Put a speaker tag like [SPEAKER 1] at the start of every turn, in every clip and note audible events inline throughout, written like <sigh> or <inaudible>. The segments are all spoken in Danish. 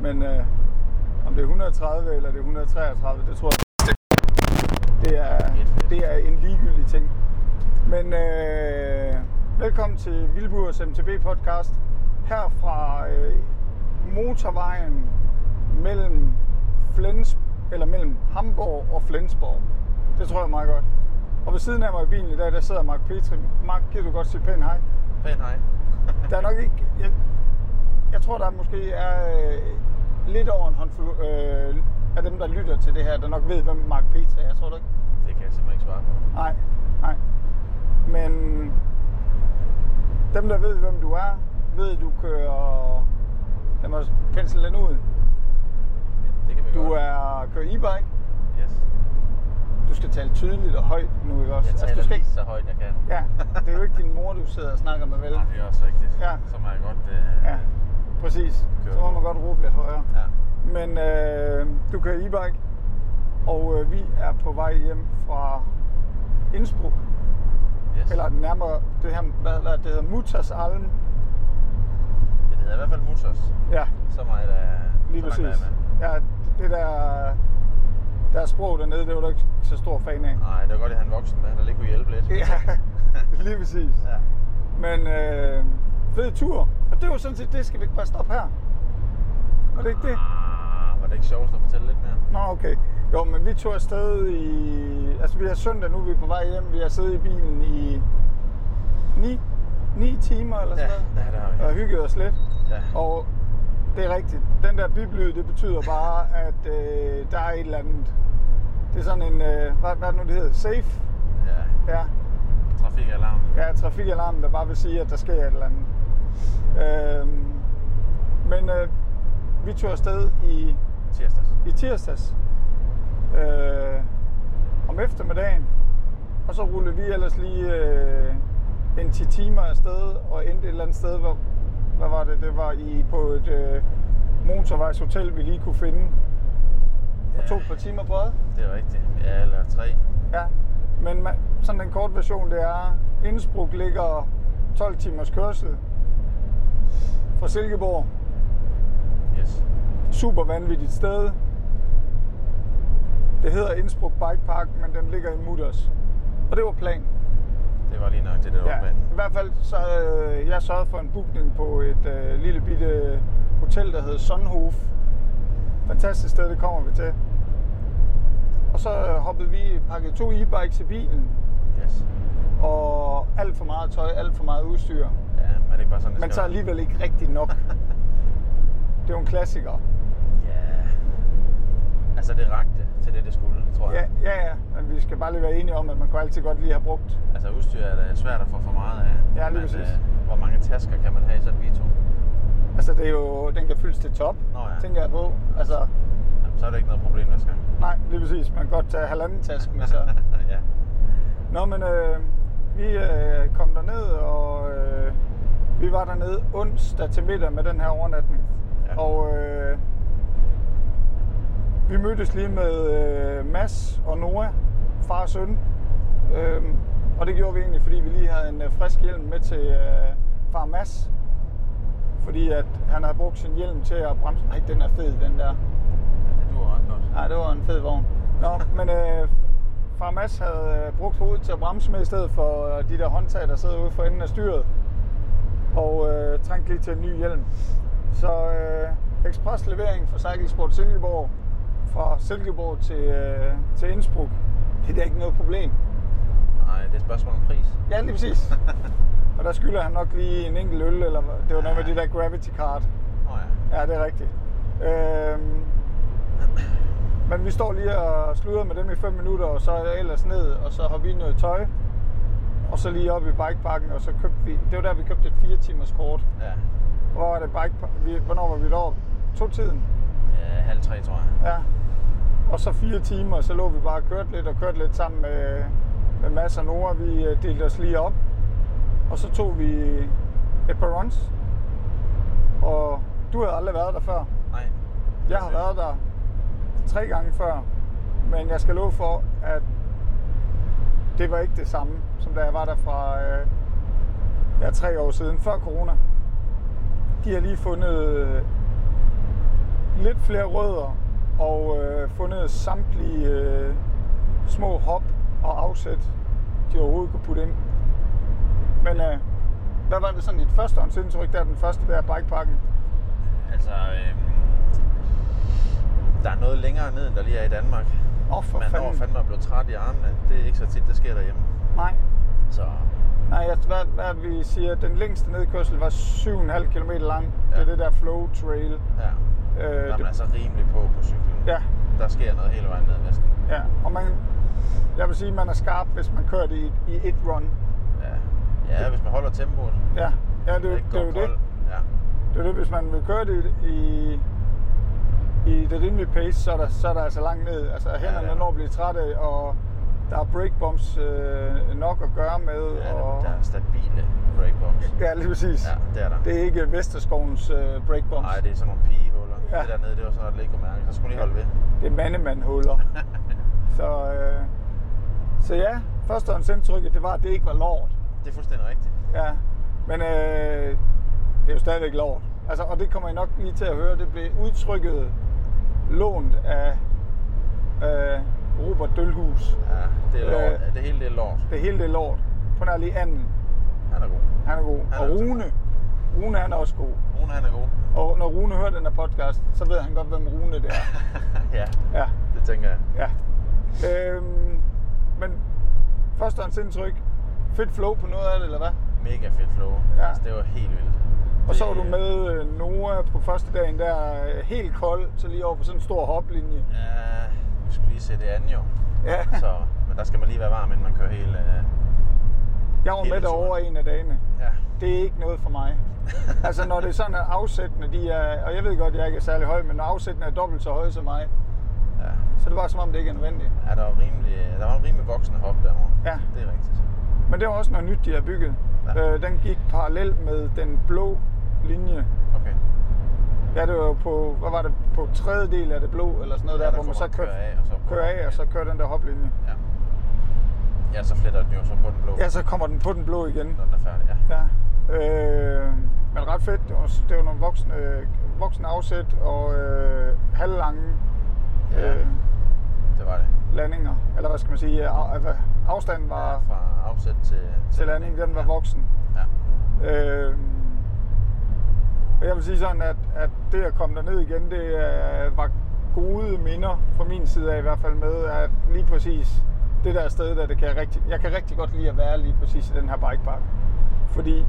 [SPEAKER 1] Men øh, om det er 130 eller det er 133, det tror jeg det er, det er en ligegyldig ting. Men øh, velkommen til Vildburs MTB podcast. Her fra øh, motorvejen mellem Flens, eller mellem Hamburg og Flensborg. Det tror jeg meget godt. Og ved siden af mig i bilen i dag, der sidder Mark Petri. Mark, giver du godt sige pæn hej?
[SPEAKER 2] Pæn hej.
[SPEAKER 1] Der er nok ikke... Jeg, jeg tror, der måske er øh, lidt over en håndfuld øh, af dem, der lytter til det her, der nok ved, hvem Mark Petri er, tror du ikke?
[SPEAKER 2] <laughs> Det kan jeg simpelthen ikke svare på.
[SPEAKER 1] Nej, nej. Men dem, der ved, hvem du er, ved, du kører... Lad mig pensle den ud.
[SPEAKER 2] Det kan vi
[SPEAKER 1] Du
[SPEAKER 2] godt.
[SPEAKER 1] er kører e-bike.
[SPEAKER 2] Yes.
[SPEAKER 1] Du skal tale tydeligt og højt nu, ikke også?
[SPEAKER 2] Jeg taler
[SPEAKER 1] du
[SPEAKER 2] altså,
[SPEAKER 1] skal
[SPEAKER 2] lige
[SPEAKER 1] ikke...
[SPEAKER 2] så højt, jeg kan.
[SPEAKER 1] Ja, det er jo ikke din mor, du sidder og snakker med, vel?
[SPEAKER 2] <laughs> Nej, det er også rigtigt.
[SPEAKER 1] Ja.
[SPEAKER 2] Så må jeg godt... Øh...
[SPEAKER 1] Ja, præcis. Så må man godt råbe lidt højere.
[SPEAKER 2] ja.
[SPEAKER 1] Men øh, du kører e-bike, og øh, vi er på vej hjem fra Innsbruck.
[SPEAKER 2] Yes.
[SPEAKER 1] Eller nærmere det her, hvad, hvad det hedder, Mutas Alm.
[SPEAKER 2] Ja, det hedder i hvert fald Mutters.
[SPEAKER 1] Ja,
[SPEAKER 2] Så meget der...
[SPEAKER 1] lige
[SPEAKER 2] så meget, der er
[SPEAKER 1] præcis.
[SPEAKER 2] med.
[SPEAKER 1] Ja, det der, der sprog dernede, det var du ikke så stor fan af.
[SPEAKER 2] Nej, det var godt, at han voksen med, der lige kunne hjælpe lidt.
[SPEAKER 1] Ja, lige præcis.
[SPEAKER 2] <laughs> ja.
[SPEAKER 1] Men øh, fed tur. Og det var sådan set det, skal vi ikke bare stoppe her? Var det ikke det?
[SPEAKER 2] Ah, var det ikke sjovt at fortælle lidt mere?
[SPEAKER 1] Nå, okay. Jo, men vi tog afsted i... Altså, vi har søndag nu, vi er på vej hjem. Vi har siddet i bilen i 9, 9 timer eller sådan
[SPEAKER 2] Ja,
[SPEAKER 1] noget.
[SPEAKER 2] ja, det har vi.
[SPEAKER 1] Og hygget os lidt.
[SPEAKER 2] Ja.
[SPEAKER 1] Og det er rigtigt. Den der biblyd, det betyder bare, at øh, der er et eller andet... Det er sådan en... Øh, hvad, hvad er det nu, det hedder? Safe?
[SPEAKER 2] ja.
[SPEAKER 1] Ja.
[SPEAKER 2] Trafikalarm.
[SPEAKER 1] Ja, trafikalarmen, der bare vil sige, at der sker et eller andet. Øhm, men øh, vi tog afsted i
[SPEAKER 2] Tirsdags.
[SPEAKER 1] i tirsdags øh, om eftermiddagen, og så rullede vi ellers lige øh, en 10 timer afsted og endte et eller andet sted, hvor, hvad var det, det var i, på et øh, motorvejshotel, vi lige kunne finde, og tog et par timer på ad.
[SPEAKER 2] Det er rigtigt. Ja, eller tre.
[SPEAKER 1] Ja. Men man, sådan den korte version, det er, Innsbruck ligger 12 timers kørsel fra Silkeborg.
[SPEAKER 2] Yes.
[SPEAKER 1] super vanvittigt sted. Det hedder Innsbruck Bike Park, men den ligger i Mutters. Og det var planen.
[SPEAKER 2] Det var lige nok det, der var planen.
[SPEAKER 1] I hvert fald så havde jeg sørget for en bookning på et øh, lille bitte hotel, der hedder Sonnenhof. Fantastisk sted, det kommer vi til. Og så øh, hoppede vi, pakkede to e-bikes i bilen,
[SPEAKER 2] Yes.
[SPEAKER 1] og alt for meget tøj, alt for meget udstyr.
[SPEAKER 2] Ja, men er det ikke bare sådan, det
[SPEAKER 1] Men
[SPEAKER 2] skal
[SPEAKER 1] så
[SPEAKER 2] være?
[SPEAKER 1] alligevel ikke rigtig nok. Det er jo en
[SPEAKER 2] <laughs>
[SPEAKER 1] klassiker.
[SPEAKER 2] <laughs> Ja. Altså, det rakte til det, det skulle, tror
[SPEAKER 1] Ja,
[SPEAKER 2] jeg.
[SPEAKER 1] ja, ja. Men vi skal bare lige være enige om, at man kunne altid godt lige have brugt.
[SPEAKER 2] Altså, udstyr er da svært at få for meget af.
[SPEAKER 1] Ja, lige præcis.
[SPEAKER 2] Øh, hvor mange tasker kan man have i sådan en Vito?
[SPEAKER 1] Altså, det er jo, den kan fyldes til top,
[SPEAKER 2] Nå ja.
[SPEAKER 1] tænker jeg på. Altså,
[SPEAKER 2] Jamen, så er det ikke noget problem næste gang.
[SPEAKER 1] nej, lige præcis. Man kan godt tage halvanden taske med sig.
[SPEAKER 2] <laughs> ja.
[SPEAKER 1] Nå, men øh, vi øh, kom derned, og øh, vi var dernede onsdag til middag med den her overnatning.
[SPEAKER 2] Ja.
[SPEAKER 1] Og øh, vi mødtes lige med øh, Mads og Nora, far og søn. Øh, og det gjorde vi egentlig, fordi vi lige havde en øh, frisk hjelm med til øh, far Mads. Fordi at han havde brugt sin hjelm til at bremse. Nej, den er fed, den der.
[SPEAKER 2] Det duer ret godt.
[SPEAKER 1] Nej, det var en fed vogn. Nå, men øh, far Mads havde øh, brugt hovedet til at bremse med, i stedet for øh, de der håndtag, der sidder ude for enden af styret. Og øh, trængte lige til en ny hjelm. Så øh, ekspres levering fra Cykelsport Silkeborg, fra Silkeborg til, øh, til Innsbruck. Det er da ikke noget problem.
[SPEAKER 2] Nej, det er et spørgsmål om pris.
[SPEAKER 1] Ja, lige præcis. Og der skylder han nok lige en enkelt øl, eller hvad? det var noget med det der gravity card.
[SPEAKER 2] <laughs> Nå ja.
[SPEAKER 1] Ja, det er rigtigt. Øhm, men vi står lige og sluder med dem i 5 minutter, og så er jeg ellers ned, og så har vi noget tøj. Og så lige op i bikeparken, og så købte vi, det var der, vi købte et 4 timers kort.
[SPEAKER 2] Ja.
[SPEAKER 1] Hvor var det bike, vi, hvornår var vi deroppe? To tiden?
[SPEAKER 2] ja halv tre, tror jeg.
[SPEAKER 1] Ja. Og så fire timer, så lå vi bare og kørte lidt og kørte lidt sammen med, med Mads og Nora. Vi øh, delte os lige op. Og så tog vi et par runs. Og du havde aldrig været der før.
[SPEAKER 2] Nej.
[SPEAKER 1] Jeg har været der tre gange før, men jeg skal love for, at det var ikke det samme, som da jeg var der fra øh, ja, tre år siden, før corona. De har lige fundet øh, lidt flere rødder og øh, fundet samtlige øh, små hop og afsæt, de overhovedet kunne putte ind. Men øh, hvad var det sådan dit førstehåndsindtryk, der den første der bikeparken?
[SPEAKER 2] Altså, øh, der er noget længere ned, end der lige er i Danmark.
[SPEAKER 1] Åh, for
[SPEAKER 2] Man når
[SPEAKER 1] fanden.
[SPEAKER 2] fandme at blive træt i armene. Det er ikke så tit, det sker derhjemme.
[SPEAKER 1] Nej.
[SPEAKER 2] Så
[SPEAKER 1] Nej, jeg, hvad, hvad er det, vi siger, den længste nedkørsel var 7,5 km lang. Ja. Det er
[SPEAKER 2] Ja.
[SPEAKER 1] det der flow trail.
[SPEAKER 2] ja, der
[SPEAKER 1] Øh,
[SPEAKER 2] er man
[SPEAKER 1] det,
[SPEAKER 2] altså rimelig på på cyklen.
[SPEAKER 1] Ja.
[SPEAKER 2] Der sker noget hele vejen ned næsten.
[SPEAKER 1] ja, og man, jeg vil sige, man er skarp, hvis man kører det i, i et run.
[SPEAKER 2] Ja. ja, hvis man holder tempoet.
[SPEAKER 1] Ja, ja det,
[SPEAKER 2] og
[SPEAKER 1] det,
[SPEAKER 2] ikke
[SPEAKER 1] det er
[SPEAKER 2] går
[SPEAKER 1] jo
[SPEAKER 2] kold.
[SPEAKER 1] det.
[SPEAKER 2] Ja.
[SPEAKER 1] Det er det, hvis man vil køre det i, i det rimelige pace, så er der, så er der altså langt ned. Altså hænderne
[SPEAKER 2] det er
[SPEAKER 1] ja,
[SPEAKER 2] der.
[SPEAKER 1] når at blive trætte, og der er brake bumps øh, nok at gøre med.
[SPEAKER 2] Ja,
[SPEAKER 1] og,
[SPEAKER 2] der er stabile breakbombs.
[SPEAKER 1] ja lige præcis.
[SPEAKER 2] Ja, det er der.
[SPEAKER 1] Det er ikke Vesterskovens øh, brake bumps.
[SPEAKER 2] Nej, det er sådan nogle pigehuller.
[SPEAKER 1] Ja.
[SPEAKER 2] Ja. Det dernede, det var sådan et Lego-mærke. Så skulle lige holde ved. <laughs>
[SPEAKER 1] det er mandemandhuller. så, øh, så ja, førstehåndsindtrykket, det var, at det ikke var lort.
[SPEAKER 2] Det er fuldstændig rigtigt.
[SPEAKER 1] Ja, men øh, det er jo stadigvæk lort. Altså, og det kommer I nok lige til at høre, det blev udtrykket lånt af øh, Robert Dølhus.
[SPEAKER 2] Ja, det er lort.
[SPEAKER 1] Øh.
[SPEAKER 2] Det hele det er lort.
[SPEAKER 1] Det hele det er lort. Prøv nær lige anden.
[SPEAKER 2] Han er god.
[SPEAKER 1] Han er god.
[SPEAKER 2] er
[SPEAKER 1] Og
[SPEAKER 2] altså-
[SPEAKER 1] Rune. Rune han er også god.
[SPEAKER 2] Rune, han er god. <laughs>
[SPEAKER 1] Og når Rune hører den her podcast, så ved han godt, hvem Rune det er.
[SPEAKER 2] ja,
[SPEAKER 1] Ja.
[SPEAKER 2] det tænker jeg.
[SPEAKER 1] Ja. Øhm, men førstehåndsindtryk. Fedt flow på noget af det, eller hvad?
[SPEAKER 2] Mega fedt flow.
[SPEAKER 1] Ja.
[SPEAKER 2] Ja. Altså, det var helt vildt.
[SPEAKER 1] Og så var
[SPEAKER 2] Det-
[SPEAKER 1] du med øh, Noah på første dagen der, øh, helt kold, så lige over på sådan en stor hoplinje.
[SPEAKER 2] Ja, vi skulle lige se det andet jo.
[SPEAKER 1] Ja,
[SPEAKER 2] <laughs> Så, men der skal man lige være varm, inden man kører hele... Øh,
[SPEAKER 1] jeg var med
[SPEAKER 2] Hele
[SPEAKER 1] derovre
[SPEAKER 2] turen.
[SPEAKER 1] en af dagene.
[SPEAKER 2] <laughs> ja.
[SPEAKER 1] Det er ikke noget for mig. Altså når det er sådan, at afsættene de er, og jeg ved godt, at jeg ikke er særlig høj, men når afsættene er dobbelt så høje som mig,
[SPEAKER 2] ja.
[SPEAKER 1] så er det bare som om, det ikke er nødvendigt.
[SPEAKER 2] ja der, var rimelig, der var en rimelig voksende hop derovre.
[SPEAKER 1] Ja.
[SPEAKER 2] Det er rigtigt.
[SPEAKER 1] Men det var også noget nyt, de har bygget.
[SPEAKER 2] Ja.
[SPEAKER 1] Øh, den gik parallel med den blå linje,
[SPEAKER 2] Okay.
[SPEAKER 1] Ja, det var jo på, hvad var det, på tredjedel af det blå, eller sådan noget
[SPEAKER 2] Ja,
[SPEAKER 1] der,
[SPEAKER 2] der
[SPEAKER 1] hvor man
[SPEAKER 2] kunne
[SPEAKER 1] så
[SPEAKER 2] man
[SPEAKER 1] kører,
[SPEAKER 2] køre af, og så på
[SPEAKER 1] kører af, og så kører den der hoplinje.
[SPEAKER 2] Ja. Ja, så fletter den jo så på den blå,
[SPEAKER 1] Ja, så kommer den på den blå igen.
[SPEAKER 2] når den er færdig. Ja.
[SPEAKER 1] Ja. Øh, men ret fedt, det var, det var nogle voksne, øh, voksne afsæt og øh, halvlange
[SPEAKER 2] Ja.
[SPEAKER 1] øh,
[SPEAKER 2] Det var det.
[SPEAKER 1] landinger. Eller hvad skal man sige, øh, af, af, afstanden var
[SPEAKER 2] Ja, fra afsæt til,
[SPEAKER 1] til landing, den var
[SPEAKER 2] ja.
[SPEAKER 1] voksen.
[SPEAKER 2] Ja.
[SPEAKER 1] Øh, og jeg vil sige sådan, at, at det at komme derned igen, det øh, var gode minder fra min side af i hvert fald med, at lige præcis det der sted, der det kan jeg rigtig, jeg kan rigtig godt lide at være lige præcis i den her bikepark. Fordi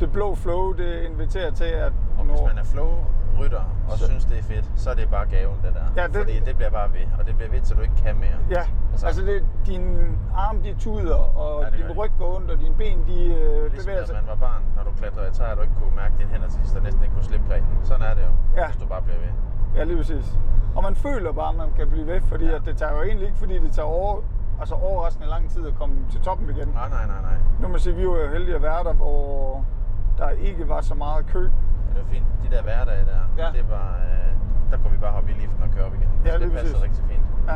[SPEAKER 1] det blå flow, det inviterer til, at
[SPEAKER 2] Og hvis man er flow-rytter
[SPEAKER 1] Så-
[SPEAKER 2] og så. synes, det er fedt, så er det bare gaven, det der.
[SPEAKER 1] Ja, det-
[SPEAKER 2] Fordi det bliver bare ved, og det bliver ved, så du ikke kan mere.
[SPEAKER 1] Ja, altså,
[SPEAKER 2] Altså-
[SPEAKER 1] altså det, din arm de tuder, og
[SPEAKER 2] Ja, det gør
[SPEAKER 1] din
[SPEAKER 2] det.
[SPEAKER 1] ryg går ondt, og dine ben de øh,
[SPEAKER 2] Ligesom
[SPEAKER 1] bevæger
[SPEAKER 2] da
[SPEAKER 1] sig.
[SPEAKER 2] man var barn, når du klatrede i træer, du ikke kunne mærke dine hænder til sidst, og næsten ikke kunne slippe grenen. Sådan er det jo,
[SPEAKER 1] Ja.
[SPEAKER 2] hvis du bare bliver ved.
[SPEAKER 1] Ja, lige præcis. Og man føler bare, at man kan blive ved, fordi ja.
[SPEAKER 2] Ja.
[SPEAKER 1] at det tager jo egentlig ikke, fordi det tager over, altså overraskende lang tid at komme til toppen igen.
[SPEAKER 2] Nej, nej, nej, nej.
[SPEAKER 1] Nu må man sige, at vi var jo heldige at være der, hvor der ikke var så meget kø.
[SPEAKER 2] Det var fint. De der hverdage der,
[SPEAKER 1] Ja.
[SPEAKER 2] det var, øh, der kunne vi bare hoppe i liften og køre op igen.
[SPEAKER 1] Ja, lige
[SPEAKER 2] det passede
[SPEAKER 1] præcis.
[SPEAKER 2] rigtig fint.
[SPEAKER 1] Ja.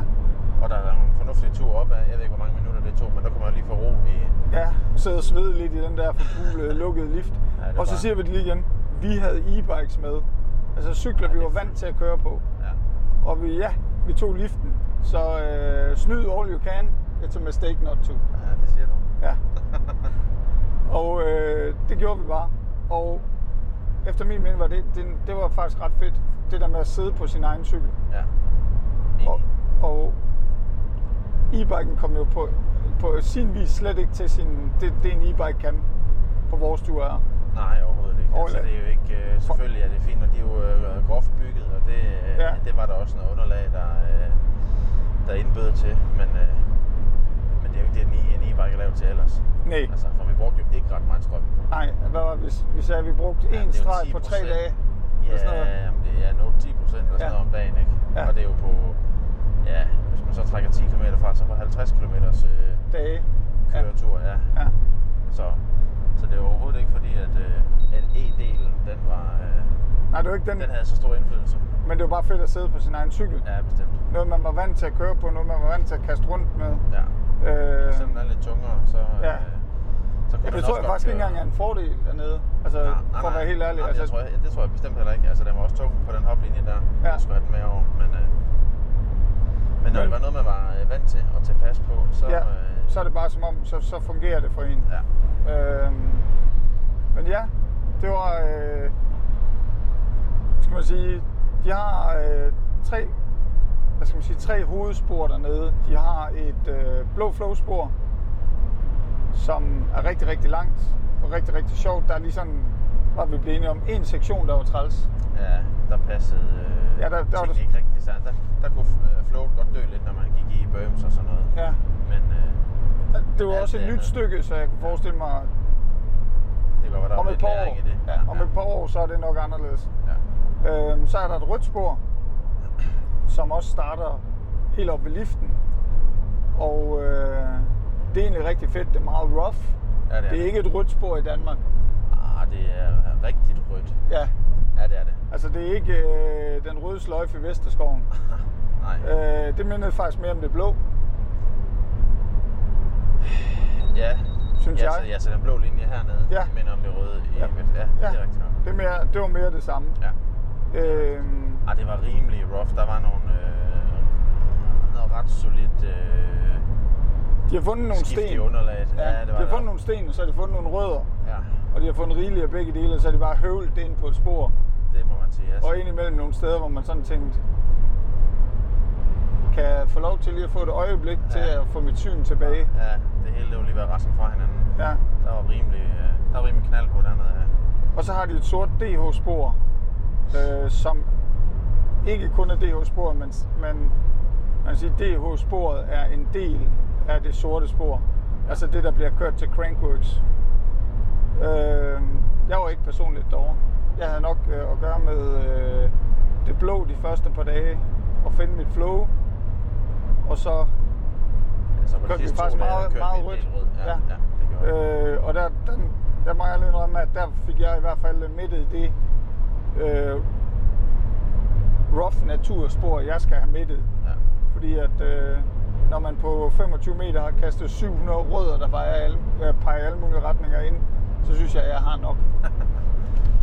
[SPEAKER 2] Og der er en fornuftig tur op af, jeg ved ikke, hvor mange minutter det tog, men der kunne man lige få ro i...
[SPEAKER 1] Ja, sidde og svede lidt i den der
[SPEAKER 2] <laughs>
[SPEAKER 1] forpulede, lukkede lift.
[SPEAKER 2] Ja, det
[SPEAKER 1] og så
[SPEAKER 2] var-
[SPEAKER 1] siger vi det lige igen. Vi havde e-bikes med. Altså cykler,
[SPEAKER 2] Ja,
[SPEAKER 1] vi
[SPEAKER 2] det
[SPEAKER 1] var
[SPEAKER 2] er
[SPEAKER 1] vant
[SPEAKER 2] fint.
[SPEAKER 1] til at køre på.
[SPEAKER 2] Ja.
[SPEAKER 1] Og vi, ja, vi tog liften. Så øh, snyd all you can. It's a mistake not to.
[SPEAKER 2] ja, det siger du.
[SPEAKER 1] Ja. Og øh, det gjorde vi bare. Og efter min mening var det, det, det var faktisk ret fedt, det der med at sidde på sin egen cykel.
[SPEAKER 2] Ja. <laughs> Enig.
[SPEAKER 1] Og, og e-biken kom jo på, på sin vis slet ikke til sin, det, det en e-bike kan på vores tur er.
[SPEAKER 2] Nej, overhovedet ikke. Altså,
[SPEAKER 1] Overlad.
[SPEAKER 2] det er jo ikke... Øh, selvfølgelig er det fint, og de er jo øh, groft bygget, og det, øh,
[SPEAKER 1] Ja.
[SPEAKER 2] ja. det var der også noget underlag, der, øh, der indbød til. Men, øh, men det er jo ikke det, en e- en e-bike er lavet til ellers.
[SPEAKER 1] Nej,
[SPEAKER 2] Altså, for vi brugte jo ikke ret meget strøm.
[SPEAKER 1] nej, hvad var det, hvis vi sagde, at vi brugte
[SPEAKER 2] Ja,
[SPEAKER 1] én
[SPEAKER 2] det er jo
[SPEAKER 1] streg på tre
[SPEAKER 2] 10%.
[SPEAKER 1] dage?
[SPEAKER 2] Ja,
[SPEAKER 1] Eller sådan noget.
[SPEAKER 2] jamen, det er nok 10 procent eller sådan
[SPEAKER 1] Ja.
[SPEAKER 2] noget om dagen, ikke?
[SPEAKER 1] Ja.
[SPEAKER 2] Og det er jo på... Ja, hvis man så trækker 10 km fra, så på 50 km øh,
[SPEAKER 1] Dage. Ja.
[SPEAKER 2] køretur, ja.
[SPEAKER 1] Ja.
[SPEAKER 2] Så, så det er jo overhovedet ikke fordi, at, øh, at E-delen, den var... Øh,
[SPEAKER 1] Nej, det var ikke den,
[SPEAKER 2] den havde så stor indflydelse.
[SPEAKER 1] men det var bare fedt at sidde på sin egen cykel.
[SPEAKER 2] Ja, bestemt.
[SPEAKER 1] Noget, man var vant til at køre på, noget, man var vant til at kaste rundt med.
[SPEAKER 2] Ja.
[SPEAKER 1] Øh,
[SPEAKER 2] Selvom den er lidt tungere, så,
[SPEAKER 1] Ja.
[SPEAKER 2] ja. øh, så kunne
[SPEAKER 1] Ja, det
[SPEAKER 2] den
[SPEAKER 1] tror
[SPEAKER 2] også
[SPEAKER 1] jeg
[SPEAKER 2] godt
[SPEAKER 1] faktisk ikke
[SPEAKER 2] køre.
[SPEAKER 1] engang er en fordel dernede. Altså,
[SPEAKER 2] Nej, nej,
[SPEAKER 1] for at være
[SPEAKER 2] nej.
[SPEAKER 1] helt ærlig.
[SPEAKER 2] Nej, men
[SPEAKER 1] altså,
[SPEAKER 2] jeg tror, jeg, det tror jeg bestemt heller ikke. Altså, den var også tung på den hoplinje øh,
[SPEAKER 1] så er det bare som om, så, så fungerer det for en.
[SPEAKER 2] øh, Ja.
[SPEAKER 1] Øhm, men ja, det var, øh, hvad skal man sige, de har øh, tre, hvad skal man sige, tre hovedspor dernede. De har et øh, blå flowspor, som er rigtig, rigtig langt og rigtig, rigtig sjovt. Der er lige sådan, var vi blevet enige om, en sektion, der var træls.
[SPEAKER 2] Ja, der passede øh,
[SPEAKER 1] Ja, der- der var
[SPEAKER 2] tingene
[SPEAKER 1] det-
[SPEAKER 2] ikke rigtig sammen. Der, der kunne øh, flowet godt dø lidt, når man gik i berms og sådan noget.
[SPEAKER 1] Ja.
[SPEAKER 2] Men øh,
[SPEAKER 1] Det var
[SPEAKER 2] Ja,
[SPEAKER 1] også
[SPEAKER 2] det
[SPEAKER 1] et
[SPEAKER 2] er
[SPEAKER 1] nyt
[SPEAKER 2] det.
[SPEAKER 1] stykke, så jeg kunne forestille mig,
[SPEAKER 2] det kan godt være, der
[SPEAKER 1] om
[SPEAKER 2] var
[SPEAKER 1] et
[SPEAKER 2] lidt
[SPEAKER 1] par
[SPEAKER 2] læring
[SPEAKER 1] år,
[SPEAKER 2] i det.
[SPEAKER 1] ja, om et par år, så er det nok anderledes.
[SPEAKER 2] ja.
[SPEAKER 1] Øhm, så er der et rødt spor, som også starter helt op ved liften. Og øh, det er egentlig rigtig fedt. Det er meget rough.
[SPEAKER 2] Ja, det er
[SPEAKER 1] Det er
[SPEAKER 2] det.
[SPEAKER 1] ikke et rødt spor i Danmark.
[SPEAKER 2] Ah, det er rigtigt rødt.
[SPEAKER 1] Ja,
[SPEAKER 2] Ja, det <laughs> er det.
[SPEAKER 1] altså det er ikke øh, den røde sløjfe i Vesterskoven.
[SPEAKER 2] Nej,
[SPEAKER 1] Øh, det mindede faktisk mere om det blå.
[SPEAKER 2] ja.
[SPEAKER 1] synes
[SPEAKER 2] ja,
[SPEAKER 1] jeg.
[SPEAKER 2] Så, ja, så den blå linje hernede
[SPEAKER 1] Ja.
[SPEAKER 2] ja. minder om det røde i
[SPEAKER 1] Ja.
[SPEAKER 2] ja. Ja, det er rigtigt nok.
[SPEAKER 1] det, er mere, det var mere det samme.
[SPEAKER 2] Ja.
[SPEAKER 1] Øhm,
[SPEAKER 2] Ah, det var rimelig rough. Der var nogle, øh, noget ret solidt øh,
[SPEAKER 1] de har fundet nogle
[SPEAKER 2] skift
[SPEAKER 1] sten.
[SPEAKER 2] i underlaget.
[SPEAKER 1] Ja,
[SPEAKER 2] det
[SPEAKER 1] de
[SPEAKER 2] var
[SPEAKER 1] har fundet
[SPEAKER 2] der.
[SPEAKER 1] nogle sten, og så har de fundet nogle rødder.
[SPEAKER 2] Ja,
[SPEAKER 1] Og de har fundet rigeligt af begge dele, og så har de bare høvlet det ind på et spor.
[SPEAKER 2] det må man sige. Altså.
[SPEAKER 1] Og indimellem nogle steder, hvor man sådan tænkte, kan jeg få lov til lige at få et øjeblik ja. til
[SPEAKER 2] Ja.
[SPEAKER 1] at få mit syn tilbage?
[SPEAKER 2] Ja, det hele det var lige ved resten fra hinanden.
[SPEAKER 1] Ja.
[SPEAKER 2] Der var rimelig, øh, der var rimelig knald på dernede. Ja.
[SPEAKER 1] Og så har de et sort DH-spor, øh, som ikke kun er DH-sporet, men, men man kan sige, DH-sporet er en del af det sorte spor.
[SPEAKER 2] Ja.
[SPEAKER 1] Altså det, der bliver kørt til Crankworks. Øh, jeg var ikke personligt derovre. Jeg havde nok øh, at gøre med øh, det blå de første par dage, og finde mit flow, og så
[SPEAKER 2] Altså, på de
[SPEAKER 1] Kørte vi
[SPEAKER 2] sidste to
[SPEAKER 1] faktisk
[SPEAKER 2] dage, der
[SPEAKER 1] meget-
[SPEAKER 2] kørte
[SPEAKER 1] meget
[SPEAKER 2] vi en del
[SPEAKER 1] rødt.
[SPEAKER 2] rød. Ja,
[SPEAKER 1] Ja.
[SPEAKER 2] ja. det gjorde øh.
[SPEAKER 1] Øh, og der, den, der må jeg lige indrømme, at der fik jeg i hvert fald midtet det øh, rough naturspor, jeg skal have midtet.
[SPEAKER 2] ja.
[SPEAKER 1] Fordi at øh, når man på 25 meter har kastet 700 rødder, der peger, i alle, øh, peger i alle mulige retninger ind, så synes jeg, at jeg har
[SPEAKER 2] <laughs>
[SPEAKER 1] nok.